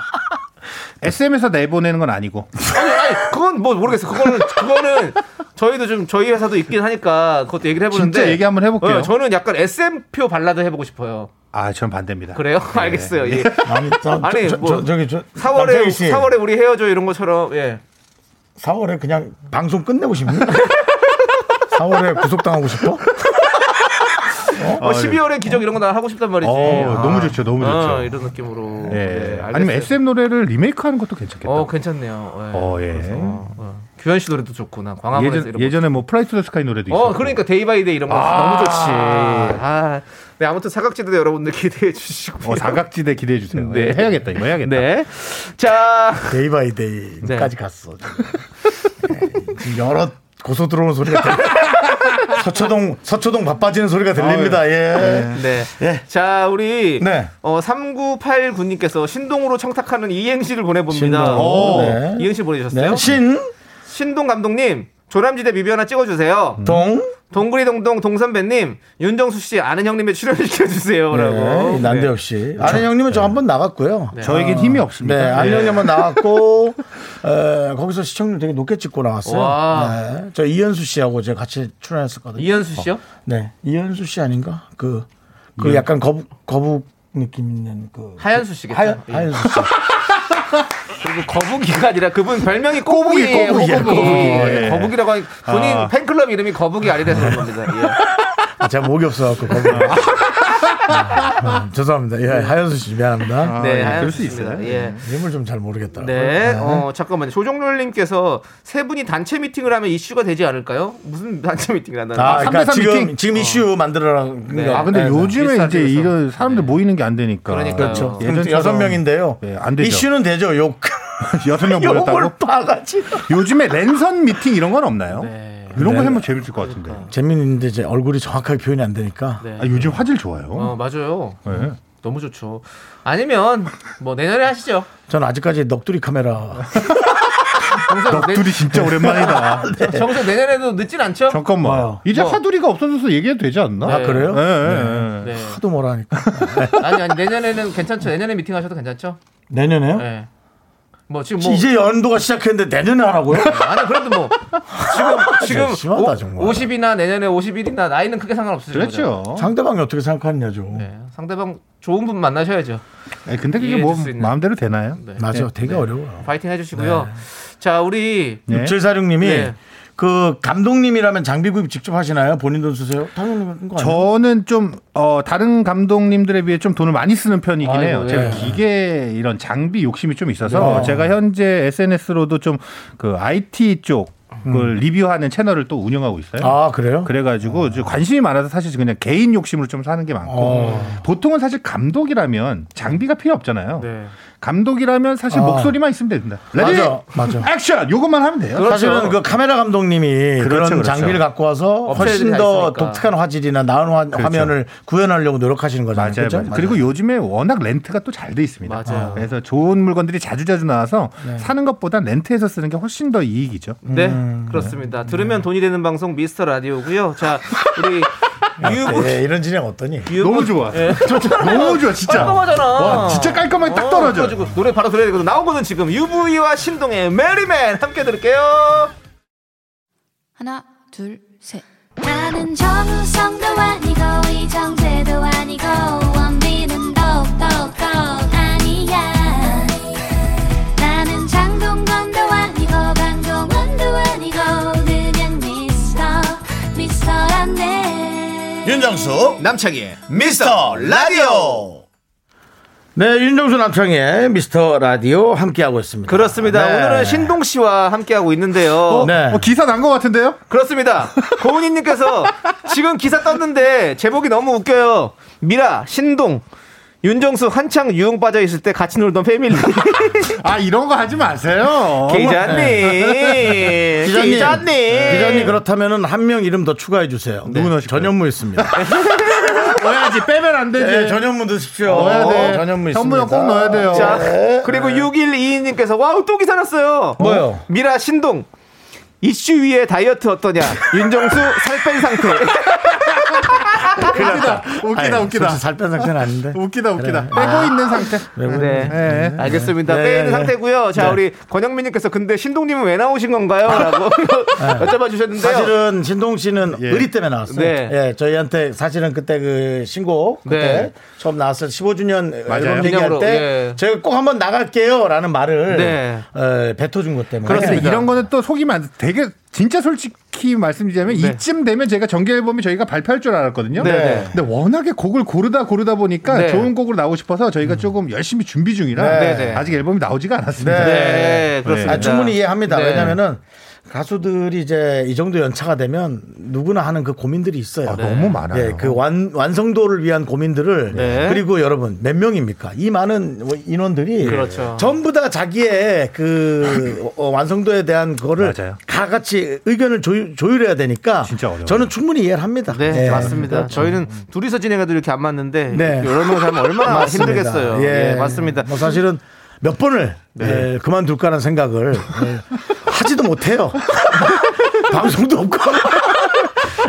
H: SM에서 내보내는 건 아니고
B: 아니, 아니, 그건 뭐 모르겠어. 그거는 그거는 저희도 좀 저희 회사도 있긴 하니까 그것도 얘기를 해보는데.
H: 진짜 얘기 한번 해볼게요.
B: 어, 저는 약간 SM표 발라드 해보고 싶어요.
H: 아, 전 반대입니다.
B: 그래요? *laughs* 알겠어요.
H: *laughs*
B: 예.
A: 아니, 저,
B: *laughs* 아니,
A: 저,
B: 뭐
A: 저, 저기 저
B: 4월에
A: 남창희 씨,
B: 4월에 우리 헤어져 이런 것처럼 예.
A: 4월에 그냥 방송 끝내고 싶니? *laughs* 4월에 구속당하고 싶어?
B: 어, 12월에 기적 이런 거 나 하고 싶단 말이지.
H: 어,
B: 아.
H: 너무 좋죠, 너무
B: 어,
H: 좋죠.
B: 이런 느낌으로.
H: 예.
B: 네,
H: 아니면
B: 알겠어요.
H: SM 노래를 리메이크하는 것도 괜찮겠다.
B: 어, 괜찮네요. 예.
H: 어, 예.
B: 그래서, 어, 어. 규현 씨 노래도 좋고 나 광화문에서
H: 예전,
B: 이런
H: 예전에 뭐 프라이스 더 스카이 노래도
B: 거. 어,
H: 있었고
B: 그러니까 데이 바이 데이 이런 거 너무 좋지. 아. 네, 아무튼 사각지대도 여러분들 기대해 주시고.
H: 어, 사각지대 기대해 주세요.
B: 네.
H: 예, 해야겠다. 이거 해야겠다.
B: 네. 자,
A: 데이 바이 데이까지
B: 네.
A: 갔어. 지금. 네, 지금 여러 고소 들어오는 소리가
B: *laughs*
A: 들- 서초동 서초동 바빠지는 소리가 들립니다. 예.
B: 네.
A: 예.
B: 자, 우리
A: 네.
B: 어 3989님께서 신동으로 청탁하는 이행시를 보내 봅니다.
A: 신동. 네.
B: 이행시 보내주셨어요?
A: 신,
B: 신동 감독님, 조남지대 뮤비 하나 찍어 주세요.
A: 동,
B: 동그리 동동 동선배님, 윤정수 씨 아는 형님의 출연시켜 주세요라고.
A: 네, 난데없이. 아는 형님은 저 한 번 나갔고요.
H: 저에겐 힘이
A: 네,
H: 없습니다.
A: 아는
H: 예.
A: 형님 한번 *laughs* 나갔고, 에, 거기서 시청률 되게 높게 찍고 나왔어요.
B: 와.
A: 네, 저 이현수 씨하고 제가 같이 출연했었거든요.
B: 이현수 씨요?
A: 네, 이현수 씨 아닌가? 그, 그 약간 거북, 거북 느낌 있는 그.
B: 하현수 씨겠죠.
A: 하연,
B: 예.
A: 하연수 씨.
B: 그리고 거북이가 아니라 그분 별명이 꼬북이에요.
A: 꼬북이야,
B: 꼬북이.
A: 꼬북이.
B: 예,
A: 예.
B: 거북이라고 하니 본인 팬클럽 이름이 거북이 아니라서 그런 겁니다. 예.
A: *laughs* 아, 제가 목이 없어갖고, 거북이. 아, 음, 죄송합니다. 예, 하연수 씨 미안합니다.
B: 네,
H: 예, 그럴
B: 하현수
H: 수
B: 씨입니다.
H: 있어요.
B: 예.
A: 이름을 좀 잘 모르겠더라고요.
B: 네, 어, 잠깐만요. 조정렬님께서 세 분이 단체 미팅을 하면 이슈가 되지 않을까요? 무슨 단체 미팅을 한다는
A: 아,
B: 거예요?
A: 그러니까
H: 삼대삼
A: 지금,
H: 미팅?
A: 지금 이슈 만들어라는
B: 네.
A: 거.
H: 아, 근데
A: 네, 네.
H: 요즘에
B: 일산
H: 이제
B: 쪽에서. 네.
H: 이런 사람들 모이는 게 안 되니까.
B: 그러니까요.
A: 그렇죠.
H: 예전처럼-
A: 여섯
H: *laughs*
A: 명인데요.
H: 예, 안 되죠.
A: 이슈는 되죠. 욕.
H: 여섯 명 모였다고?
A: *laughs* 욕을 빠가지고.
H: 요즘에 랜선 미팅 이런 건 없나요?
B: 네. 그러니까.
H: 이런 거 하면 재밌을 것 같은데.
A: 재밌는데 이제 얼굴이 정확하게 표현이 안 되니까.
B: 네.
H: 아, 요즘 화질 좋아요.
B: 어, 맞아요.
H: 예.
B: 너무 좋죠. 아니면 뭐 내년에 하시죠.
A: 저는 아직까지 넋두리 *laughs* 카메라. 네.
B: 정석 내,
H: 둘이 진짜 오랜만이다.
B: 정석 내년에도 늦진 않죠?
H: 잠깐만.
A: 와요.
H: 이제
B: 뭐.
H: 화두리가 없어져서 얘기해도 되지 않나?
B: 네.
A: 아 그래요?
H: 예, 예, 예.
B: 네.
A: 하도 뭐라 하니까.
B: 아니 아니 내년에는 괜찮죠. 내년에 미팅 하셔도 괜찮죠?
A: 내년에요?
B: 네. 뭐 지금 뭐
A: 어? 이제 연도가 시작했는데 내년에 하라고요? *laughs*
B: 아니 그래도 뭐 지금
A: 네,
B: 지금
A: 심하다, 정말.
B: 50이나 내년에 51이나 나이는 크게 상관없으실 거죠.
H: 그렇죠.
A: 상대방이 어떻게 생각하느냐죠.
B: 네. 상대방 좋은 분 만나셔야죠.
H: 아니, 근데 그게
B: 이해해줄
H: 뭐
B: 수 있는. 네.
H: 마음대로 되나요?
A: 맞아요. 되게 어려워요.
B: 파이팅 해주시고요. 자 우리
H: 네.
A: 6746님이
B: 네.
A: 그 감독님이라면 장비 구입 직접 하시나요? 본인 돈 쓰세요? 당연히 그런 거 아니에요?
H: 저는 좀 어, 다른 감독님들에 비해 좀 돈을 많이 쓰는 편이긴
B: 아이고,
H: 해요.
B: 예.
H: 제가 기계 이런 장비 욕심이 좀 있어서 제가 현재 SNS로도 좀 그 IT 쪽을 음. 리뷰하는 채널을 또 운영하고 있어요.
A: 아 그래요?
H: 그래가지고 이제 관심이 많아서 사실 그냥 어. 개인 욕심으로 좀 사는 게 많고 보통은 사실 감독이라면 장비가 필요 없잖아요.
B: 네.
H: 감독이라면 사실
A: 아.
H: 목소리만 있으면 됩니다. 레디,
A: 맞아, 맞아.
H: 액션 요것만 하면 돼요.
B: 그렇죠.
A: 사실은 그 카메라 감독님이 그런
H: 그렇죠.
A: 장비를 갖고 와서 훨씬
B: 업체들이 다
A: 더
B: 있으니까.
A: 독특한 화질이나 나은 화, 면을 구현하려고 노력하시는 거잖아요.
H: 맞아요.
A: 그렇죠. 그죠?
H: 맞아요. 그리고 요즘에 워낙 렌트가 또 잘 돼 있습니다.
B: 맞아요.
H: 그래서 좋은 물건들이 자주자주 나와서
A: 네.
H: 사는 것보다 렌트해서 쓰는 게 훨씬 더 이익이죠.
B: 네, 그렇습니다. 들으면 돈이 되는 방송 미스터 라디오고요. 자, 우리 유부
A: 예, 이런 진행 어떠니?
H: 너무 *laughs* 좋아. 저- 저- 너무 좋아, 진짜.
B: 예. 깔끔하잖아.
H: 와, 진짜 깔끔하게 딱 떨어져.
B: 가지고 노래 바로 들어야 되거든. 나오거든 지금 유부이와 신동의 메리맨 함께 들을게요.
D: 하나, 둘, 셋. 나는 정우성도 아니고 이정재도 아니고 원빈은 더욱더 아니야 나는 장동건도 아니고 강동원도 아니고 그냥 미스터 미스터란데
F: 윤정수 어? 남창희 미스터 라디오
A: 네, 윤정수 남창의 미스터 라디오 함께하고 있습니다.
B: 그렇습니다.
A: 네.
B: 오늘은 신동 씨와 함께 하고 있는데요.
A: 네.
H: 어, 기사 난 것 같은데요?
B: 그렇습니다.
A: *laughs*
B: 고은희님께서 지금 기사 떴는데 제목이 너무 웃겨요. 미라 신동 윤정수 한창 유흥 빠져 있을 때 같이
A: *laughs*
B: 놀던 패밀리
H: 아, 이런 거 하지 마세요.
B: 기자님
A: 네. 기자님, 네,
B: 기자님
A: 기자님 그렇다면은 한 명 이름 더 추가해 주세요. 네,
H: 누구 넣으실까요?
A: 전현무 있습니다.
H: 넣어야지, 뭐 빼면 안 되지.
A: 네, 전현무 넣으십시오.
H: 넣어야 돼.
A: 전현무 있습니다.
H: 현무형 꼭 넣어야 돼요.
B: 자, 그리고 6122님께서 와우 또 기사 났어요.
A: 네. 뭐요?
B: 미라 신동 이슈 위에 다이어트 어떠냐? 윤정수 살 뺀
A: *laughs*
B: 상태.
H: 웃기다, 웃기다,
A: 아니,
H: 웃기다.
A: 솔직히 아. 살뺀 상태는 아닌데.
H: 웃기다, 웃기다. 빼고 있는 상태.
B: 네.
H: 예, 예.
B: 알겠습니다.
A: 네,
B: 빼
A: 네.
B: 있는 상태고요. 자, 우리 권영민님께서 근데 신동님은 왜 나오신 건가요?라고 *laughs* 여쭤봐 주셨는데요. 예.
A: 사실은 신동 씨는 의리 때문에 나왔어요.
B: 네.
A: 예, 저희한테 사실은 그때 그 신곡 그때
B: 네.
A: 처음 나왔을 15주년
H: 맞아요.
A: 앨범 얘기할
B: 기념으로,
A: 때
B: 예.
A: 제가 꼭 한번 나갈게요라는 말을
B: 네.
A: 어, 뱉어준 것 때문에
H: 그러니까 이런 거는 또 속이면 안 돼. 되게 진짜 솔직히 말씀드리자면
B: 네.
H: 이쯤 되면 제가 정규 앨범이 저희가 발표할 줄 알았거든요.
B: 네, 네.
H: 근데 워낙에 곡을 고르다 고르다 보니까
B: 네. 음.
H: 좋은 곡으로 나오고 싶어서 저희가 조금 열심히 준비 중이라
B: 네, 네.
H: 아직 앨범이 나오지가 않았습니다.
A: 네.
B: 네, 그렇습니다.
A: 아, 충분히 이해합니다.
B: 네.
A: 왜냐면은 가수들이 이제 이 정도 연차가 되면 누구나 하는 그 고민들이 있어요.
H: 아, 너무 많아요.
A: 예, 그 완, 완성도를 위한 고민들을
B: 네.
A: 그리고 여러분 몇 명입니까? 이 많은 뭐 인원들이
B: 그렇죠.
A: 전부 다 자기의 그 어, 완성도에 대한 그거를
H: 맞아요.
A: 다 같이 의견을 조율, 해야 되니까
H: 진짜 어려워요.
A: 저는 충분히 이해를 합니다.
B: 네,
A: 예.
B: 맞습니다. 저희는 둘이서 진행해도 이렇게 안 맞는데
A: 네.
B: 여러 명이서 하면 얼마나
A: 맞습니다.
B: 아, 힘들겠어요. 예, 맞습니다. 네.
A: 뭐 사실은 몇 번을 예, 그만둘까라는 생각을 예, 하지도 못해요. *laughs* 방송도 없고. *laughs*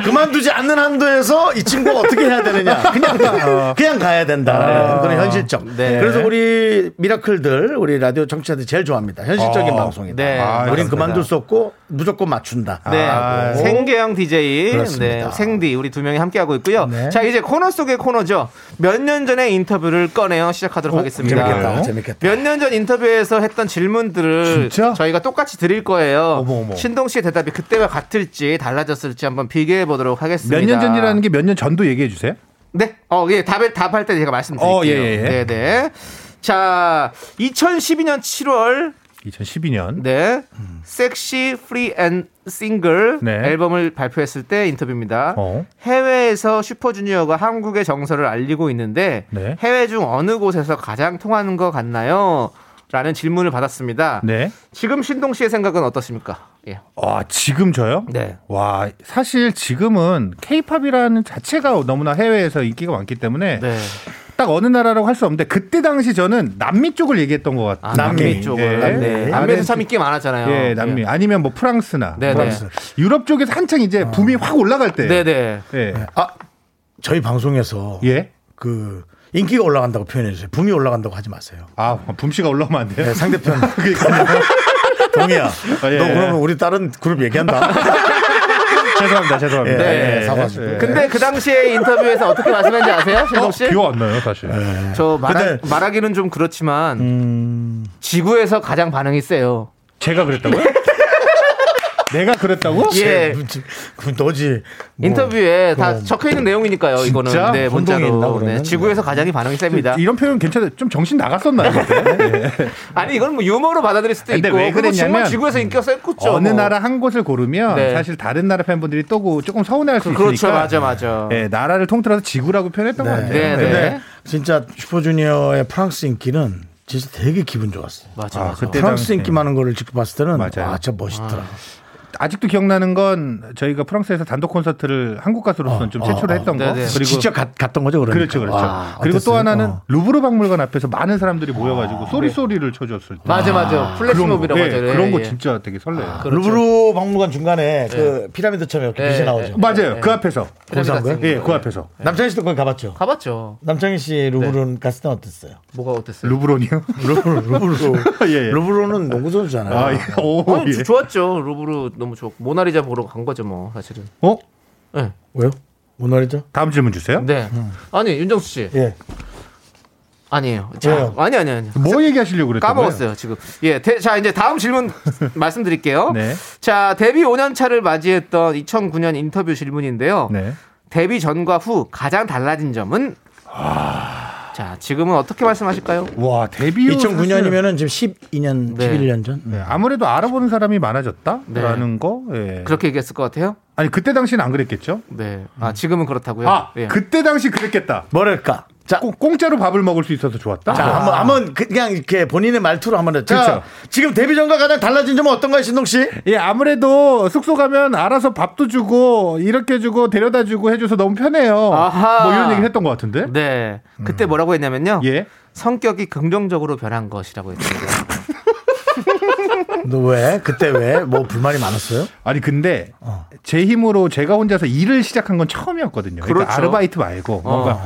A: 그만두지 않는 한도에서 이 친구가 어떻게 해야 되느냐. 그냥, 가, 그냥 가야 된다. 그런 현실적.
B: 어. 네.
A: 그래서 우리 미라클들, 우리 라디오 청취자들 이 제일 좋아합니다. 현실적인
H: 어.
A: 방송이다.
B: 네,
H: 아,
A: 우린
B: 그렇습니다.
A: 그만둘 수 없고 무조건 맞춘다.
B: 네.
H: 아,
B: 생계형 DJ.
A: 그렇습니다.
B: 네. 생디 우리 두 명이 함께 하고 있고요.
A: 네.
B: 자, 이제 코너 속의 코너죠. 몇 년 전에 인터뷰를 꺼내어 시작하도록 하겠습니다.
A: 네. 재밌겠다. 재밌겠다.
B: 몇 년 전 인터뷰에서 했던 질문들을
H: 진짜?
B: 저희가 똑같이 드릴 거예요.
H: 어머, 어머.
B: 신동 씨의 대답이 그때와 같을지 달라졌을지 한번 비교해 보도록 하겠습니다.
H: 몇 년 전이라는 게 몇 년 전도 얘기해 주세요.
B: 네. 어, 예. 답을 답할 때 제가 말씀드릴게요.
H: 어, 예, 예, 예.
B: 네, 네. 자, 2012년 7월
H: 2012년.
B: 네. 섹시 프리 앤 싱글
H: 네.
B: 앨범을 발표했을 때 인터뷰입니다.
H: 어.
B: 해외에서 슈퍼주니어가 한국의 정서를 알리고 있는데
H: 네.
B: 해외 중 어느 곳에서 가장 통하는 것 같나요? 라는 질문을 받았습니다.
H: 네.
B: 지금 신동 씨의 생각은 어떻습니까? 예.
H: 와, 지금 저요?
B: 네.
H: 와, 사실 지금은 케이팝이라는 자체가 너무나 해외에서 인기가 많기 때문에
B: 네.
H: 딱 어느 나라라고 할 수 없는데 그때 당시 저는 남미 쪽을 얘기했던 것 같아요.
B: 아, 남미,
A: 남미.
B: 쪽을.
H: 예.
B: 네.
H: 남미.
B: 남미에서 참 인기 많았잖아요.
H: 예, 남미. 아니면 뭐 프랑스나
B: 네네.
H: 프랑스. 유럽 쪽에서 한창 이제 붐이 확 올라갈 때.
B: 네, 네.
H: 예.
A: 아, 저희 방송에서
H: 예.
A: 그 인기가 올라간다고 표현해 주세요. 붐이 올라간다고 하지 마세요.
H: 아, 붐씨가 올라오면 안 돼요?
A: 네, 상대편
H: *laughs* 그러니까 *laughs*
A: 동이야.
H: 예.
A: 너 그러면 우리 다른 그룹 얘기한다.
H: 죄송합니다. 죄송합니다.
A: 네, 사과하시고.
H: 예.
B: 근데 그 당시에 인터뷰에서 어떻게 말씀했는지 아세요? 신동 씨?
H: 기억 안 나요, 사실.
B: 저
H: 네.
B: 말하,
A: 근데-
B: 말하기는 좀 그렇지만
H: 음.
B: 지구에서 가장 반응이 세요.
H: 제가 그랬다고요? *laughs* 내가 그랬다고?
B: 예.
A: 그 너지. 뭐.
B: 인터뷰에 다
A: 그럼.
B: 적혀 있는 내용이니까요. 이거는
H: 진짜?
B: 네,
A: 혼동이 있나,
B: 문자로.
A: 그러면?
B: 네, 지구에서 가장이 반응이 셉니다. 네,
H: 그
B: 그렇죠.
H: 이런 표현 괜찮아요. 좀 정신 나갔었나요? 그때? 예.
B: 아니 이건 뭐 유머로 받아들일 수도
H: 근데
B: 있고.
H: 왜
B: 그거 정말
H: 그랬냐면
B: 지구에서 인기가 셌겠죠.
H: 예. 어느
B: 뭐.
H: 나라 한 곳을 고르면
B: 네.
H: 사실 다른 나라 팬분들이 또 조금 서운해할 수
B: 그렇죠,
H: 있으니까.
B: 맞아, 맞아.
H: 예, 나라를 통틀어서 지구라고 표현했던 것 같아요. 네.
B: 네, 네.
A: 진짜 슈퍼주니어의 프랑스 인기는 진짜 되게 기분 좋았어요.
B: 맞아,
H: 아,
B: 맞아.
H: 그때
A: 프랑스
H: 당시에.
A: 인기 많은 거를 직접 봤을 때는
H: 맞아요.
A: 아, 진짜 멋있더라.
H: 아직도 기억나는 건 저희가 프랑스에서 단독 콘서트를 한국 가수로서는 좀
A: 어,
H: 최초로
A: 어,
H: 했던 거.
B: 네네.
H: 그리고
A: 직접 갔, 던 거죠, 그러니까.
H: 그렇죠, 그렇죠.
A: 와,
H: 그리고 또
A: 어땠어요?
H: 하나는
A: 어. 아, 네.
H: 루브르 박물관 앞에서 많은 사람들이 모여가지고 소리 소리를 쳐줬을 때.
B: 맞아, 맞아. 플래시몹이라고
H: 예,
B: 하죠. 예,
H: 그런 거
B: 예.
H: 진짜 되게 설레요.
A: 아, 루브르 박물관 중간에
H: 네.
A: 그 피라미드처럼 이렇게
B: 네,
A: 빛이
B: 네.
A: 나오죠.
H: 맞아요.
B: 예.
H: 그 앞에서.
B: 피라미드
A: 거기서 한
B: 같은
A: 거예요? 네.
H: 예,
B: 거.
H: 그 앞에서.
A: 남창희 씨도 거기 가봤죠.
B: 가봤죠.
A: 남창희
H: 네.
A: 씨 루브르는 갔을 땐 어땠어요?
B: 뭐가
A: *laughs*
B: 어땠어요?
H: 루브론이요?
A: 루브르, 네. 루브르.
H: *laughs* 예, 예.
A: 루브르는 농구 선수잖아요.
H: 아, 예. 오,
B: 아니,
H: 예.
B: 좋았죠. 루브르 너무 좋고 모나리자 보러 간 거죠, 뭐 사실은.
H: 어?
B: 네.
A: 왜요? 뭔 말이죠?
H: 다음 질문 주세요.
B: 네. 아니 윤정수 씨.
A: 예.
B: 아니에요. 자,
A: 왜요?
B: 아니 아니 아니.
H: 뭐 얘기하시려고 그랬던 거예요?
B: 까먹었어요 지금. 예, 대- 자 이제 다음 질문 *laughs* 말씀드릴게요.
H: 네.
B: 자 데뷔 5년 차를 맞이했던 2009년 인터뷰 질문인데요.
H: 네.
B: 데뷔 전과 후 가장 달라진 점은?
H: 아.
B: 자 지금은 어떻게 말씀하실까요?
H: 와, 데뷔 후
A: 2009년이면은 지금 12년,
B: 네.
A: 11년 전.
H: 사실, 예, 아무래도 알아보는 사람이 많아졌다라는
A: 네.
H: 거. 예.
B: 그렇게 얘기했을 것 같아요.
H: 아니 그때 당시는 안 그랬겠죠?
B: 네. 아 지금은 그렇다고요.
H: 음. 아,
B: 예.
H: 그때 당시 그랬겠다.
A: 뭐랄까. 자,
H: 꽁- 공짜로 밥을 먹을 수 있어서 좋았다. 아.
A: 자, 한번, 한번 그냥 이렇게 본인의 말투로 한번 해. 자, 지금 데뷔 전과 가장 달라진 점은 어떤가요, 신동 씨?
H: 예, 아무래도 숙소 가면 알아서 밥도 주고 이렇게 주고 데려다 주고 해줘서 너무 편해요.
B: 아하.
H: 뭐 이런 얘기를 했던 것 같은데.
B: 네. 그때 뭐라고 했냐면요.
H: 예.
B: 성격이 긍정적으로 변한 것이라고 했습니다.
A: 너 왜? 그때 왜? 뭐 불만이
B: *laughs*
A: 많았어요?
H: 아니 근데
B: 어.
H: 제 힘으로 제가 혼자서 일을 시작한 건 처음이었거든요. 그러니까
B: 그렇죠.
H: 아르바이트 말고 뭔가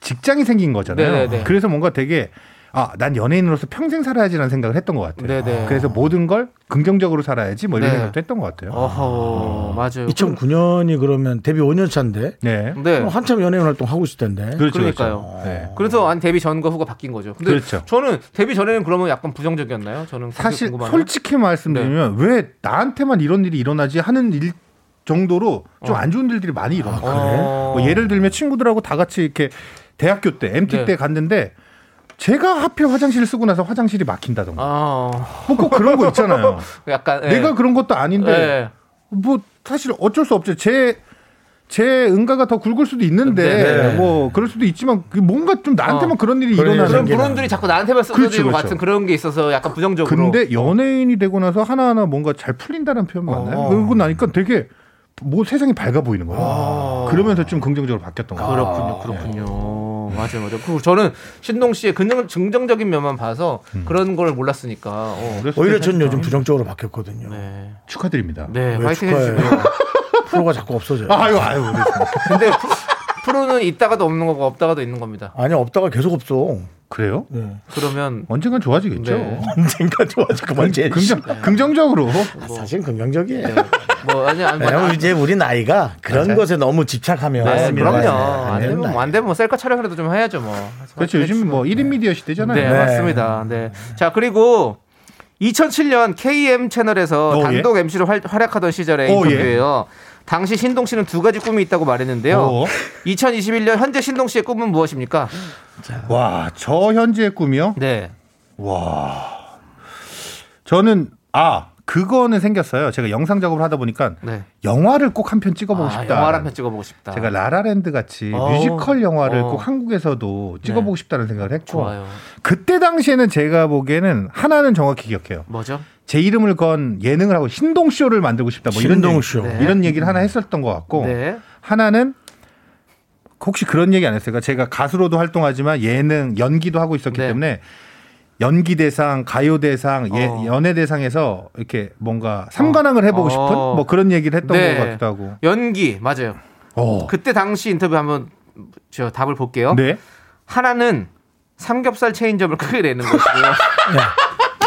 H: 직장이 생긴 거잖아요.
B: 네네네.
H: 그래서 뭔가 되게 아, 난 연예인으로서 평생 살아야지라는 생각을 했던 것 같아요.
B: 네네.
H: 그래서 모든 걸 긍정적으로 살아야지 뭐 이런
B: 네.
H: 생각도 했던 것 같아요.
B: 어허, 맞아요.
A: 2009년이 그러면 데뷔 5년 차인데
H: 네.
B: 네.
A: 그럼 한참 연예인 활동 하고 있을 텐데.
H: 그렇죠.
B: 그러니까요.
H: 그렇죠. 네.
B: 그래서 안 데뷔 전과 후가 바뀐 거죠. 근데
H: 그렇죠.
B: 저는 데뷔 전에는 그러면 약간 부정적이었나요? 저는 그게
H: 사실
B: 궁금하네요. 네.
H: 솔직히 말씀드리면 왜 나한테만 이런 일이 일어나지 하는 일 정도로 좀 안 좋은 일들이 많이 일어나요.
B: 어.
H: 뭐 예를 들면 친구들하고 다 같이 이렇게 대학교 때 MT
B: 네.
H: 때 갔는데 제가 하필 화장실을 쓰고 나서 화장실이 막힌다던가
B: 아,
H: 뭐 꼭 그런 거
B: *laughs*
H: 있잖아요.
B: 약간 예.
H: 내가 그런 것도 아닌데
B: 예.
H: 뭐 사실 어쩔 수 없죠. 제 제 응가가 더 굵을 수도 있는데
B: 네네.
H: 뭐 그럴 수도 있지만 그 뭔가 좀 나한테만
B: 어.
H: 그런 일이
A: 그런 일이
B: 그런
H: 일어나는 게
B: 불운들이 자꾸 나한테만 쏟아지는
H: 그렇죠,
B: 것
H: 그렇죠.
B: 같은 그런 게 있어서 약간 부정적으로. 어.
H: 근데 연예인이 되고 나서 하나하나 뭔가 잘 풀린다는 표현 맞나요? 그러고 나니까 되게 뭐 세상이 밝아 보이는 거예요. 그러면서 좀 긍정적으로 바뀌었던 거예요.
B: 아, 그렇군요, 그렇군요.
H: 예.
B: 음. 맞아요, 맞아요. 그리고 저는 신동 씨의 긍정, 긍정적인 면만 봐서 그런 걸 몰랐으니까. 어.
H: 음. 아, 그래서
A: 오히려 전 요즘 부정적으로 바뀌었거든요.
B: 네,
H: 축하드립니다.
B: 네,
A: 왜
B: 화이팅
A: 축하해요?
B: 해주시고요.
A: 프로가 자꾸 없어져요.
H: 아유 아유. 그래서.
B: 근데 프로, 프로는 있다가도 없는 거고 없다가도 있는 겁니다.
A: 아니 없다가 계속 없어.
H: 그래요?
B: 그러면
H: 언젠간 좋아지겠죠.
B: 네.
A: 언젠가 좋아질 것만 제.
H: 긍정 긍정적으로.
B: 아,
A: 사실 긍정적이에요.
B: 뭐 아니
H: 네,
B: 아니 뭐,
A: 왜냐면 이제 우리 나이가 그런 것에 너무 집착하면
B: 네,
A: 맞습니다.
B: 그럼요.
A: 네,
B: 안 되면
A: 나이.
B: 뭐안 되면 뭐 셀카 촬영이라도 좀 해야죠 뭐.
H: 그렇죠. 요즘 뭐 1인 미디어 시대잖아요.
B: 네, 맞습니다. 네. 자 그리고 2007년 KM 채널에서
H: 어,
B: 단독 MC로 활약하던 시절의
H: 어,
B: 인터뷰예요. 당시 신동 씨는 두 가지 꿈이 있다고 말했는데요.
H: 어.
B: 2021년 현재 신동 씨의 꿈은 무엇입니까?
H: 와, 저 현재의 꿈이요?
B: 네.
H: 저는 아, 그거는 생겼어요. 제가 영상 작업을 하다 보니까
B: 네.
H: 영화를 꼭 한 편 찍어보고
B: 아,
H: 싶다.
B: 영화 한편 찍어보고 싶다.
H: 제가 라라랜드 같이
B: 아. 어.
H: 뮤지컬 영화를
B: 어. 네.
H: 꼭 한국에서도 찍어보고 싶다는 생각을 했고
B: 좋아요.
H: 그때 당시에는 제가 보기에는 하나는 정확히 기억해요.
B: 뭐죠?
H: 제 이름을 건 예능을 하고 신동 쇼를 만들고 싶다. 뭐 이런
A: 신동
H: 얘기-
A: 쇼.
B: 네.
H: 이런 얘기를 하나 했었던 것 같고
B: 네.
H: 하나는 혹시 그런 얘기 안 했어요? 그러니까 제가 가수로도 활동하지만 예능 연기도 하고 있었기
B: 네.
H: 때문에 연기 대상, 가요 대상, 예-
B: 어.
H: 연애 대상에서 이렇게 뭔가 삼관왕을 해보고
B: 어.
H: 싶은 뭐 그런 얘기를 했던
B: 네.
H: 것 같기도 하고.
B: 연기 맞아요.
H: 어.
B: 그때 당시 인터뷰 한번 저 답을 볼게요.
H: 네.
B: 하나는 삼겹살 체인점을 크게 내는
H: *laughs*
B: 것이고요.
H: 네.